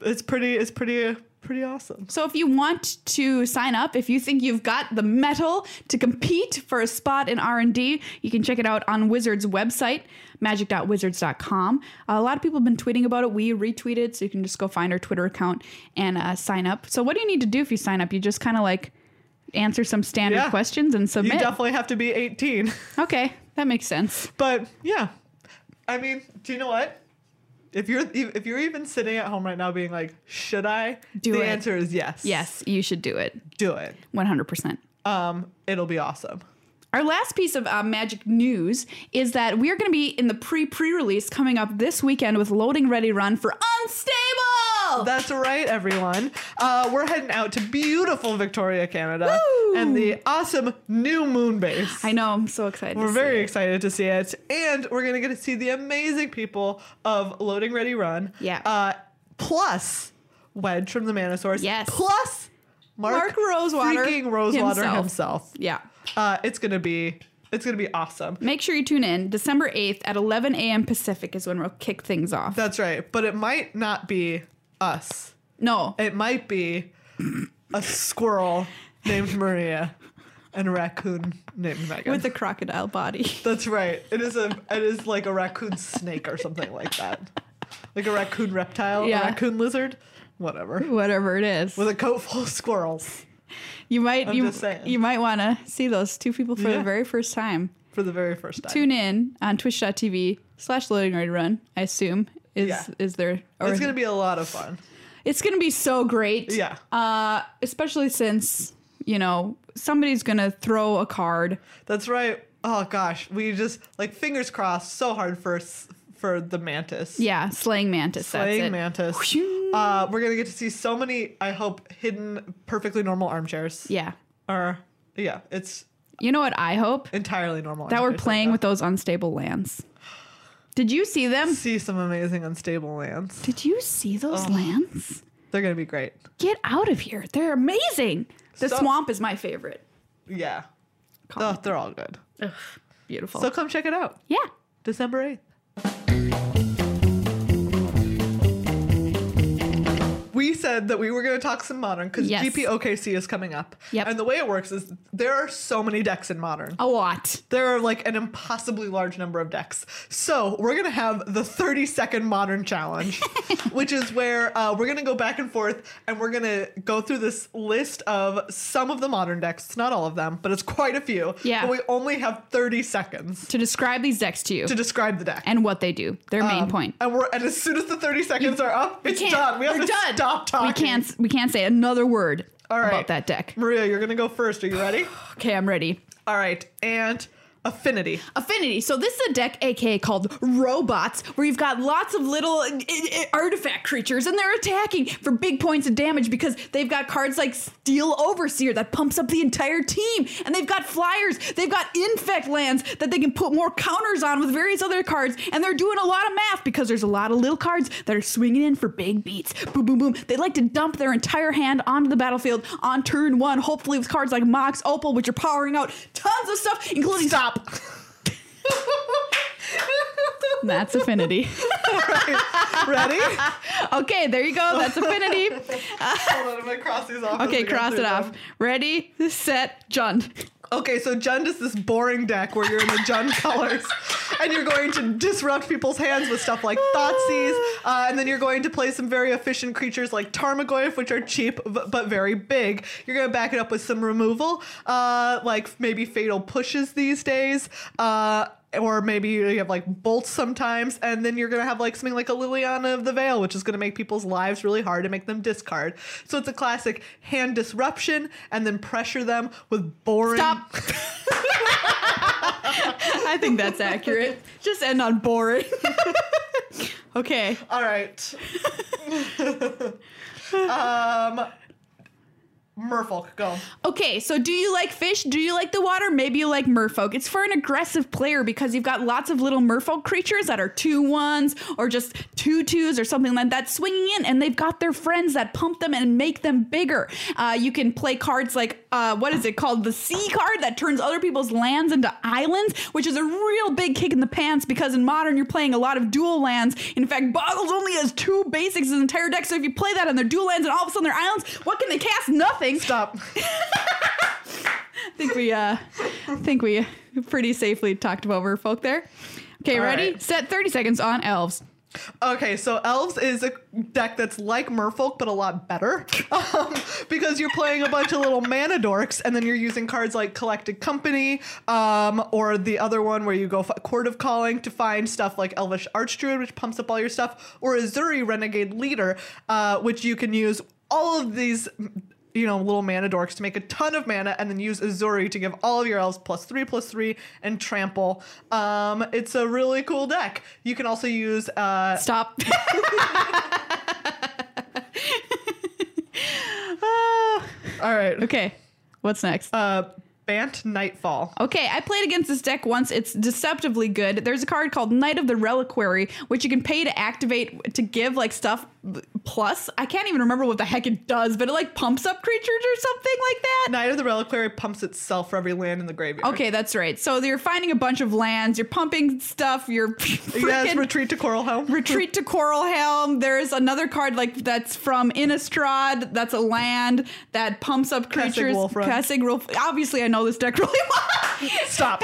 it's pretty. It's pretty. Pretty awesome.
So if you want to sign up, if you think you've got the metal to compete for a spot in R&D, you can check it out on Wizards website, magic.wizards.com. a lot of people have been tweeting about it. We retweeted, so you can just go find our Twitter account and uh, sign up. So what do you need to do if you sign up? You just kind of like answer some standard
Yeah.
questions and
You
submit.
definitely have to be 18.
okay, that makes sense.
But yeah, I mean, do you know what? If you're e, if you're even sitting at home right now, being like, should I?
Do
the
it.
answer is yes.
Yes, you should do it.
do it.
100%.
Um, it'll be awesome.
Our last piece of uh, magic news is that we are going to be in the pre pre release coming up this weekend with Loading Ready Run for Unstable!
That's right, everyone. Uh, we're heading out to beautiful Victoria, Canada,
Woo!
and the awesome new moon base.
I know, I'm so excited.
We're
to see
very
it.
excited to see it, and we're gonna get to see the amazing people of Loading Ready Run.
Yeah.
Uh, plus Wedge from the Manosaurus.
Yes.
Plus
Mark
Mark,
Rosewater
freaking Rosewater
himself.
himself.
Yeah.
Uh, it's gonna be it's gonna be awesome.
Make sure you tune in. December 8th at 11 a.m. Pacific is when we'll kick things off.
That's right. But it might not be us.
no.
It might be a squirrel named Maria and a raccoon named Megan.
with a crocodile body.
That's right. It is a it is like a raccoon snake or something like that. Like a raccoon reptile,
Yeah.
a raccoon lizard, whatever.
Whatever it is.
With a coat full of squirrels
you might
I'm
you,
just saying.
you might want to see those two people for the
Yeah.
very first time.
for the very first time.
Tune in on twitch.tv slash loading ready run, I assume. Is
Yeah.
is there or
It's gonna be a lot of fun.
It's gonna be so great.
Yeah.
Uh, especially since you know somebody's gonna throw a card.
That's right. Oh gosh, we just like fingers crossed so hard for s- for the mantis.
Yeah, slaying mantis. that's
Playing mantis.
it.
Uh, we're gonna get to see so many. I hope hidden, perfectly normal armchairs.
yeah.
Or yeah, it's
You know what I hope
entirely normal.
that we're
armchairs like
playing
that.
with those unstable lands. Did you see them?
See some amazing unstable lands.
Did you see those lands?
They're gonna be great.
Get out of here! They're amazing. The
Stop.
swamp is my favorite.
Yeah.
Call
Oh, they're all good.
it. Ugh, beautiful.
So come check it out.
yeah.
December 8th. we said that we were going to talk some modern because
Yes.
GP OKC is coming up.
Yep.
And the way it works is there are so many decks in modern.
A lot.
There are like an impossibly large number of decks. So we're gonna have the 30 second modern challenge, which is where uh, we're gonna go back and forth and we're gonna go through this list of some of the modern decks. It's not all of them, but it's quite a few.
Yeah.
But we only have 30 seconds
To describe these decks to you
to describe the deck.
and what they do, their main
Um,
point.
And we're and as soon as the 30 seconds are up, it's
can't-
done. We have
we're
to
done.
stop talking.
We can't we can't say another word
All right.
about that deck.
Maria, you're gonna go first. Are you ready?
Okay, I'm ready.
all right. And affinity.
Affinity. So this is a deck, aka called Robots, where you've got lots of little i- i- artifact creatures, and they're attacking for big points of damage because they've got cards like Steel Overseer that pumps up the entire team, and they've got flyers, they've got infect lands that they can put more counters on with various other cards, and they're doing a lot of math because there's a lot of little cards that are swinging in for big beats. Boom, boom, boom. They like to dump their entire hand onto the battlefield on turn one, hopefully with cards like Mox Opal, which are powering out tons of stuff, including
Stop.
That's affinity.
Ready?
Okay, there you go. That's affinity.
Hold on, I'm gonna cross these off. as
Okay,
we go
cross
through
it off.
them.
Ready, set, jund.
Okay, so Jund is this boring deck where you're in the Jund colors, and you're going to disrupt people's hands with stuff like Thoughtseize, uh, and then you're going to play some very efficient creatures like Tarmogoyf, which are cheap v- but very big. You're going to back it up with some removal, uh, like maybe Fatal Pushes these days. Uh, or maybe you have like bolts sometimes, and then you're gonna have like something like a Liliana of the Veil, which is gonna make people's lives really hard and make them discard. So it's a classic hand disruption, and then pressure them with boring.
Stop. I think that's accurate. Just end on boring. okay.
All right. um, Merfolk, go.
Okay, so do you like fish? Do you like the water? Maybe you like merfolk. It's for an aggressive player because you've got lots of little merfolk creatures that are two ones or just two twos or something like that swinging in, and they've got their friends that pump them and make them bigger. Uh, you can play cards like, uh, what is it called? The sea card that turns other people's lands into islands, which is a real big kick in the pants because in modern you're playing a lot of dual lands. In fact, Boggles only has two basics in his entire deck, so if you play that on their dual lands and all of a sudden they're islands, what can they cast? Nothing
Stop.
think we uh think we pretty safely talked about merfolk there. Okay,
All
ready?
right.
Set 30 seconds on elves.
Okay, so Elves is a deck that's like Merfolk, but a lot better. Um, because you're playing a bunch of little mana dorks, and then you're using cards like Collected Company, um, or the other one where you go f- Court of Calling to find stuff like Elvish Archdruid, which pumps up all your stuff, or Azuri Renegade Leader, uh, which you can use all of these you know, little mana dorks to make a ton of mana and then use Azuri to give all of your elves plus three, plus three, and trample. Um, it's a really cool deck. You can also use uh,
Stop.
all right,
okay. What's next?
uh, Bant Nightfall.
Okay, I played against this deck once. It's deceptively good. There's a card called Knight of the Reliquary, which you can pay to activate to give like stuff plus. I can't even remember what the heck it does, but it like pumps up creatures or something like that.
Knight of the Reliquary pumps itself for every land in the graveyard.
Okay, that's right. So you're finding a bunch of lands, you're pumping stuff, you're
Yes,
freaking-
retreat to Coral Helm.
Retreat to Coral Helm. There's another card like that's from Innistrad. That's a land that pumps up creatures.
Wolf Run.
Kessig Wolf. Obviously, I know this deck really well.
Stop.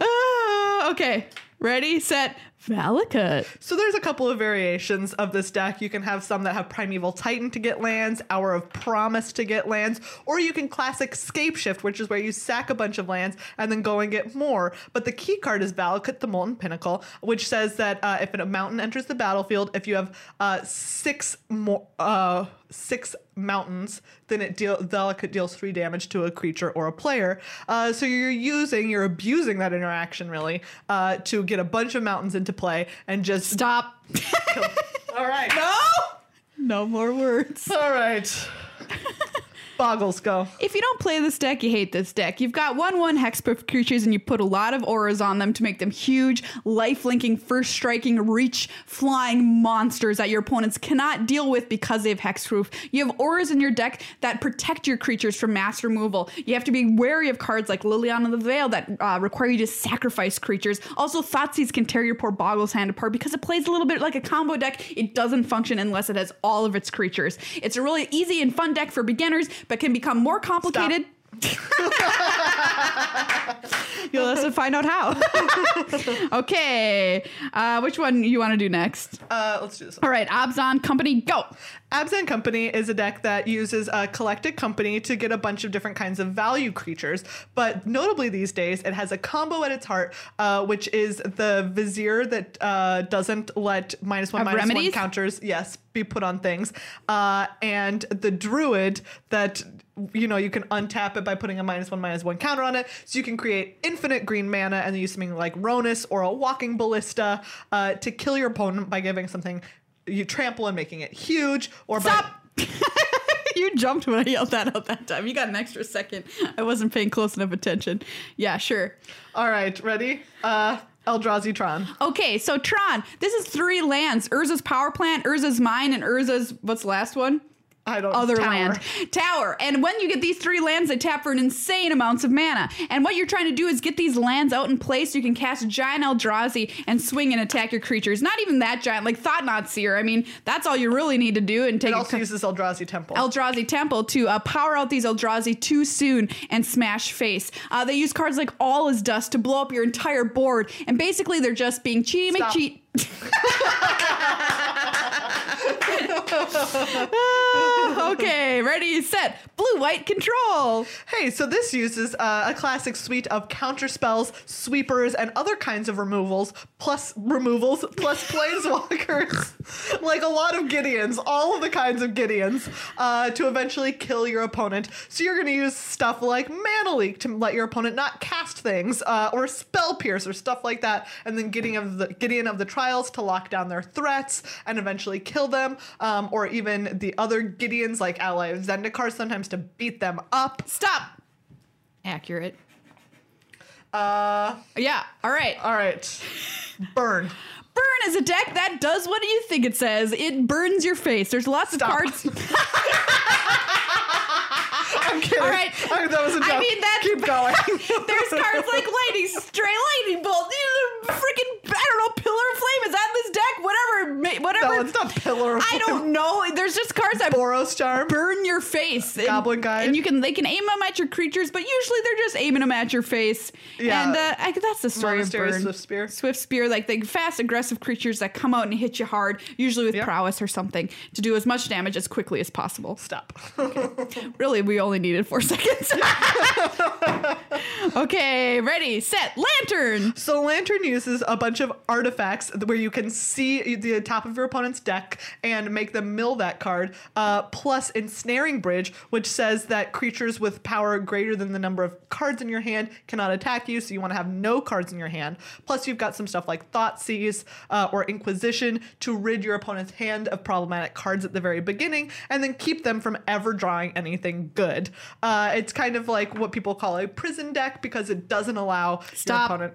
Ah, okay, ready, set, Valakut.
So there's a couple of variations of this deck. You can have some that have Primeval Titan to get lands, Hour of Promise to get lands, or you can classic Scape Shift, which is where you sack a bunch of lands and then go and get more. But the key card is Valakut the Molten Pinnacle, which says that uh, if a mountain enters the battlefield, if you have uh, six more. Uh, Six mountains, then it deal Valakut deals three damage to a creature or a player. Uh, so you're using, you're abusing that interaction really uh, to get a bunch of mountains into play and just
Stop.
all right.
No. No more words.
All right. Boggles go.
If you don't play this deck, you hate this deck. You've got 1 1 hexproof creatures and you put a lot of auras on them to make them huge, life linking, first striking, reach flying monsters that your opponents cannot deal with because they have hexproof. You have auras in your deck that protect your creatures from mass removal. You have to be wary of cards like Liliana of the Veil that uh, require you to sacrifice creatures. Also, Thoughtseize can tear your poor Boggles hand apart because it plays a little bit like a combo deck. It doesn't function unless it has all of its creatures. It's a really easy and fun deck for beginners, but can become more complicated. You'll also find out how. okay, uh, which one you want to do next?
Uh, let's do this.
All right, Obzon Company, go.
Abs and Company is a deck that uses a collected company to get a bunch of different kinds of value creatures, but notably these days, it has a combo at its heart, uh, which is the Vizier that uh, doesn't let minus one
Have
minus
remedies?
one counters, yes, be put on things, uh, and the Druid that you know you can untap it by putting a minus one minus one counter on it, so you can create infinite green mana and then use something like Ronus or a Walking Ballista uh, to kill your opponent by giving something. You trample and making it huge, or by-
Stop. you jumped when I yelled that out that time. You got an extra second. I wasn't paying close enough attention. Yeah, sure.
All right, ready? Uh, Eldrazi Tron.
Okay, so Tron, this is three lands Urza's Power Plant, Urza's Mine, and Urza's, what's the last one?
I don't
Other
Oh, tower.
land. Tower. And when you get these three lands, they tap for an insane amounts of mana. And what you're trying to do is get these lands out in place so you can cast Giant Eldrazi and swing and attack your creatures. Not even that giant, like Thought Not Seer. I mean, that's all you really need to do and take
It
a
also
cou-
uses Eldrazi Temple.
Eldrazi Temple to uh, power out these Eldrazi too soon and smash face. Uh, they use cards like All Is Dust to blow up your entire board, and basically they're just being cheaty
Stop.
McCheat. Ah, okay, ready, set, blue, white, control.
hey, so this uses uh, a classic suite of counter spells, sweepers, and other kinds of removals, plus removals, plus planeswalkers, like a lot of Gideons, all of the kinds of Gideons, uh, to eventually kill your opponent. So you're going to use stuff like Mana Leak to let your opponent not cast things, uh, or Spell Pierce, or stuff like that, and then Gideon of the Gideon of the Trials to lock down their threats and eventually kill them, um, or even the other Gideons like Ally of Zendikar sometimes to beat them up.
Stop. Accurate.
Uh,
Yeah. All right.
all right. Burn.
Burn is a deck that does what you think it says. It burns your face. There's lots
Stop.
of cards.
I'm kidding.
All right.
I- that was a joke.
I mean, that's
Keep going.
There's cards like Lightning Stray, Lightning Bolt, freaking I don't know, Pillar of Flame is on this deck. Whatever, ma- whatever.
No, it's not Pillar of
I don't know. There's just cards that
Boros Charm.
burn your face. and-
Goblin Guide.
and you can they can aim them at your creatures, but usually they're just aiming them at your face.
Yeah.
and uh, I, that's the story
Monastery
of burn.
Swift Spear.
Swift Spear, like the fast, aggressive creatures that come out and hit you hard, usually with
Yep.
prowess or something, to do as much damage as quickly as possible.
Stop.
Really, we only needed four seconds. okay, ready, set, lantern.
So Lantern uses a bunch of artifacts where you can see the top of your opponent's deck and make them mill that card, uh, plus Ensnaring Bridge, which says that creatures with power greater than the number of cards in your hand cannot attack you, so you want to have no cards in your hand. Plus, you've got some stuff like Thoughtseize uh, or Inquisition to rid your opponent's hand of problematic cards at the very beginning and then keep them from ever drawing anything good. Uh, it's kind of like what people call a prison deck because it doesn't allow
Stop.
your opponent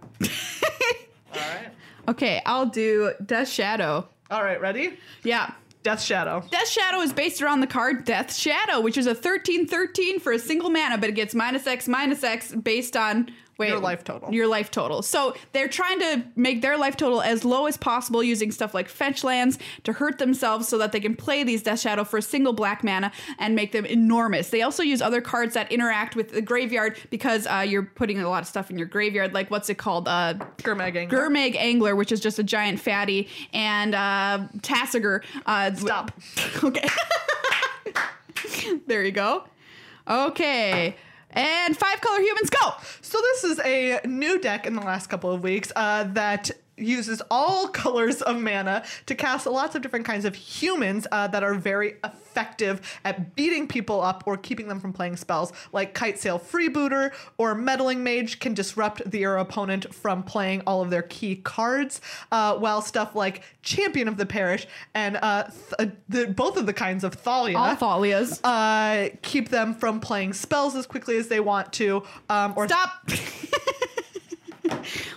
all right.
Okay, I'll do Death Shadow.
All right, ready?
Yeah.
Death Shadow.
Death Shadow is based around the card Death Shadow, which is a 13 13 for a single mana, but it gets minus X, minus X based on. Wait,
Your life total.
Your life total. So they're trying to make their life total as low as possible using stuff like fetch lands to hurt themselves so that they can play these Death Shadow for a single black mana and make them enormous. They also use other cards that interact with the graveyard because uh, you're putting a lot of stuff in your graveyard, like what's it called? Uh,
Gurmagging.
Gurmag Angler, which is just a giant fatty, and uh, Tassiger. Uh, w-
Stop.
okay. there you go. Okay. And five color humans, go!
so this is a new deck in the last couple of weeks uh, that uses all colors of mana to cast lots of different kinds of humans uh, that are very effective at beating people up or keeping them from playing spells. Like Kite Sail Freebooter or Meddling Mage can disrupt their opponent from playing all of their key cards, uh, while stuff like Champion of the Parish and uh, th- uh, the, both of the kinds of Thalia
All Thalias.
uh, keep them from playing spells as quickly as they want to. Um, or
Stop.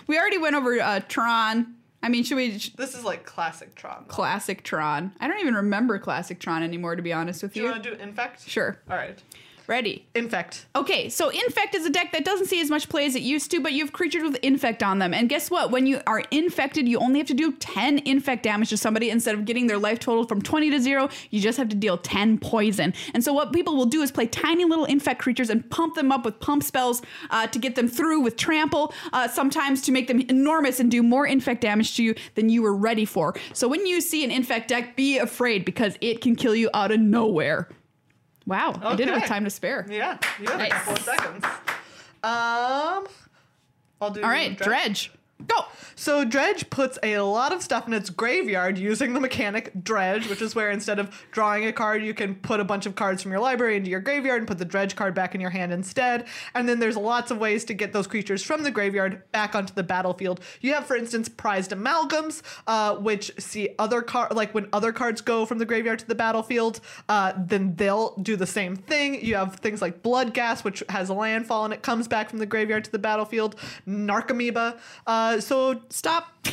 we already went over uh, Tron. I mean, should we sh-
This is like classic Tron. though.
classic Tron? I don't even remember classic Tron anymore, to be honest with
do
you.
you want to do infect?
sure.
All right.
Ready.
Infect.
Okay, so Infect is a deck that doesn't see as much play as it used to, but you have creatures with Infect on them. And guess what? When you are infected, you only have to do 10 Infect damage to somebody instead of getting their life total from 20 to 0. You just have to deal 10 poison. And so, what people will do is play tiny little Infect creatures and pump them up with pump spells uh, to get them through with Trample, uh, sometimes to make them enormous and do more Infect damage to you than you were ready for. So, when you see an Infect deck, be afraid because it can kill you out of nowhere. Wow, I did it with
Okay.
time to spare.
Yeah. You have
Nice.
a couple of seconds. Um, I'll do.
All right, dredge. Go.
So Dredge puts a lot of stuff in its graveyard using the mechanic Dredge, which is where instead of drawing a card, you can put a bunch of cards from your library into your graveyard and put the Dredge card back in your hand instead. And then there's lots of ways to get those creatures from the graveyard back onto the battlefield. You have, for instance, prized amalgams, uh, which see other card like when other cards go from the graveyard to the battlefield, uh, then they'll do the same thing. You have things like Blood Gas, which has a landfall and it comes back from the graveyard to the battlefield. Narcomoeba. Uh, so
Stop.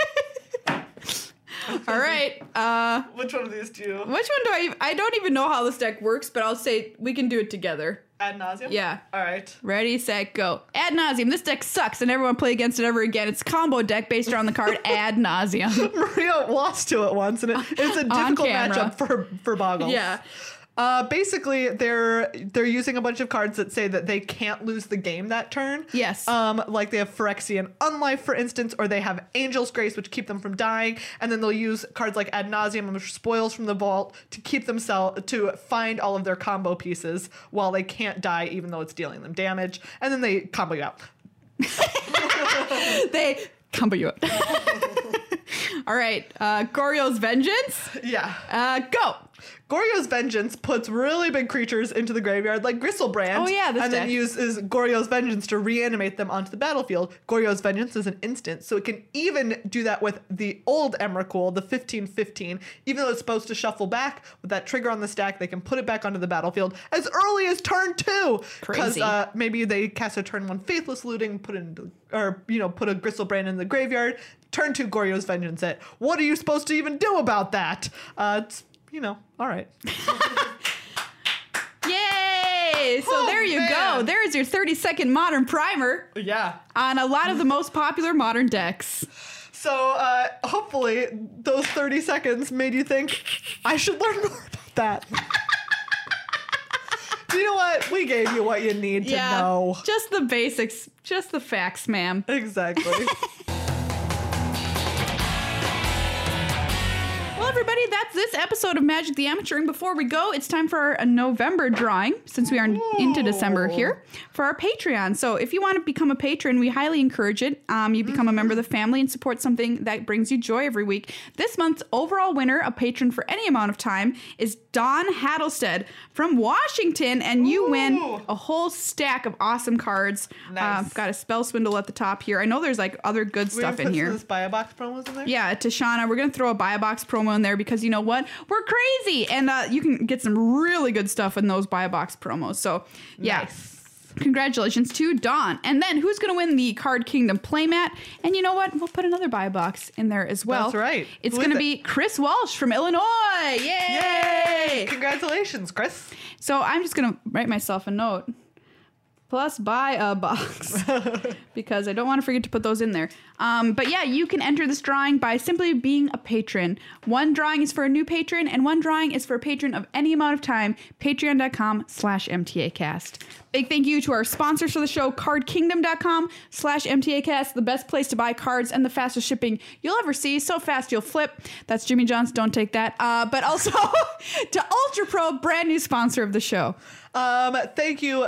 All right. Uh,
Which one of these two?
which one do I? ev- I don't even know how this deck works, but I'll say we can do it together.
Ad nauseum?
Yeah.
All right.
Ready, set, go. Ad nauseum. This deck sucks, and everyone play against it ever again. It's a combo deck based around the card ad nauseum.
Maria lost to it once, and it, it's a
On
difficult
camera.
matchup for for Boggle.
Yeah.
Uh, basically, they're they're using a bunch of cards that say that they can't lose the game that turn.
Yes.
Um, like they have Phyrexian Unlife, for instance, or they have Angel's Grace, which keep them from dying, and then they'll use cards like Ad Nauseum, which spoils from the vault, to keep themselves to find all of their combo pieces while they can't die, even though it's dealing them damage, and then they combo you out.
they combo you up. All right. Uh, Goryo's vengeance.
Yeah.
Uh, go.
Goryo's Vengeance puts really big creatures into the graveyard, like Gristlebrand.
Oh, yeah, this
and
deck.
then uses Goryo's Vengeance to reanimate them onto the battlefield. Goryo's Vengeance is an instant, so it can even do that with the old Emrakul, the 1515. Even though it's supposed to shuffle back with that trigger on the stack, they can put it back onto the battlefield as early as turn two.
Crazy.
uh, maybe they cast a turn one Faithless Looting, put it into, or you know, put a Gristlebrand in the graveyard. Turn two Goryo's Vengeance. It. What are you supposed to even do about that? Uh, it's you know, all right.
Yay! So
Oh,
there you go.
man.
There is your 30 second modern primer
Yeah.
on a lot of the most popular modern decks.
So uh, hopefully those 30 seconds made you think I should learn more about that. Do you know what? We gave you what you need to know.
Just the basics, just the facts, ma'am.
Exactly.
Well, everybody, that's this episode of Magic the Amateur. And before we go, it's time for our a November drawing, since we are into December here, for our Patreon. So if you want to become a patron, we highly encourage it. Um, you become a
Mm-hmm.
member of the family and support something that brings you joy every week. This month's overall winner, a patron for any amount of time, is Don Hattlestead from Washington. And you win
Ooh.
a whole stack of awesome cards.
Nice.
Uh, got a spell swindle at the top here. I know there's like other good
We're gonna
stuff
put
in
some
here.
of those bio box promos in there.
Yeah, Tashana, we're gonna throw a buy a box promo in there because you know what? We're crazy, and uh, you can get some really good stuff in those buy a box promos. So, yeah. Congratulations to Dawn. And then who's going to win the Card Kingdom playmat? And you know what? We'll put another buy a box in there as well.
That's right.
It's
Who is
going to
it?
be Chris Walsh from Illinois. Yay!
Congratulations, Chris.
So I'm just going to write myself a note. Plus, buy a box because I don't want to forget to put those in there. Um, but yeah, you can enter this drawing by simply being a patron. One drawing is for a new patron, and one drawing is for a patron of any amount of time. Patreon.com slash MTAcast. Big thank you to our sponsors for the show, cardkingdom.com slash MTAcast, the best place to buy cards and the fastest shipping you'll ever see. So fast you'll flip. That's Jimmy John's, don't take that. Uh, but also to Ultra Pro, brand new sponsor of the show.
Um, thank you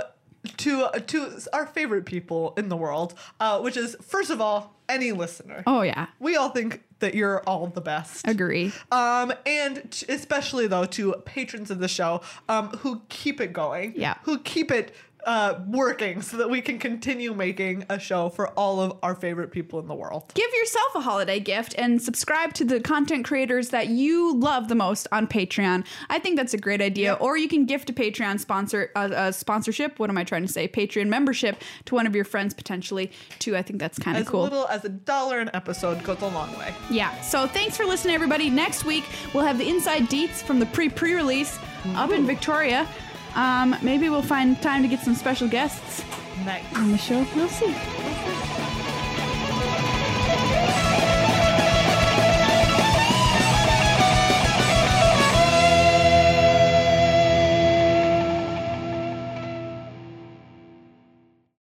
to uh, to our favorite people in the world, uh, which is first of all any listener.
Oh yeah.
We all think that you're all the best.
Agree.
Um, and t- especially though to patrons of the show, um, who keep it going.
Yeah.
Who keep it uh, working so that we can continue making a show for all of our favorite people in the world.
Give yourself a holiday gift and subscribe to the content creators that you love the most on Patreon. I think that's a great idea.
Yep.
Or you can gift a Patreon sponsor uh, uh, sponsorship. What am I trying to say? Patreon membership to one of your friends potentially. Too. I think that's kind of
As
cool.
little as a dollar an episode goes a long way.
yeah. So thanks for listening, everybody. Next week we'll have the inside deets from the pre pre release up in Victoria. Um, maybe we'll find time to get some special guests
Nice.
on the show. We'll see.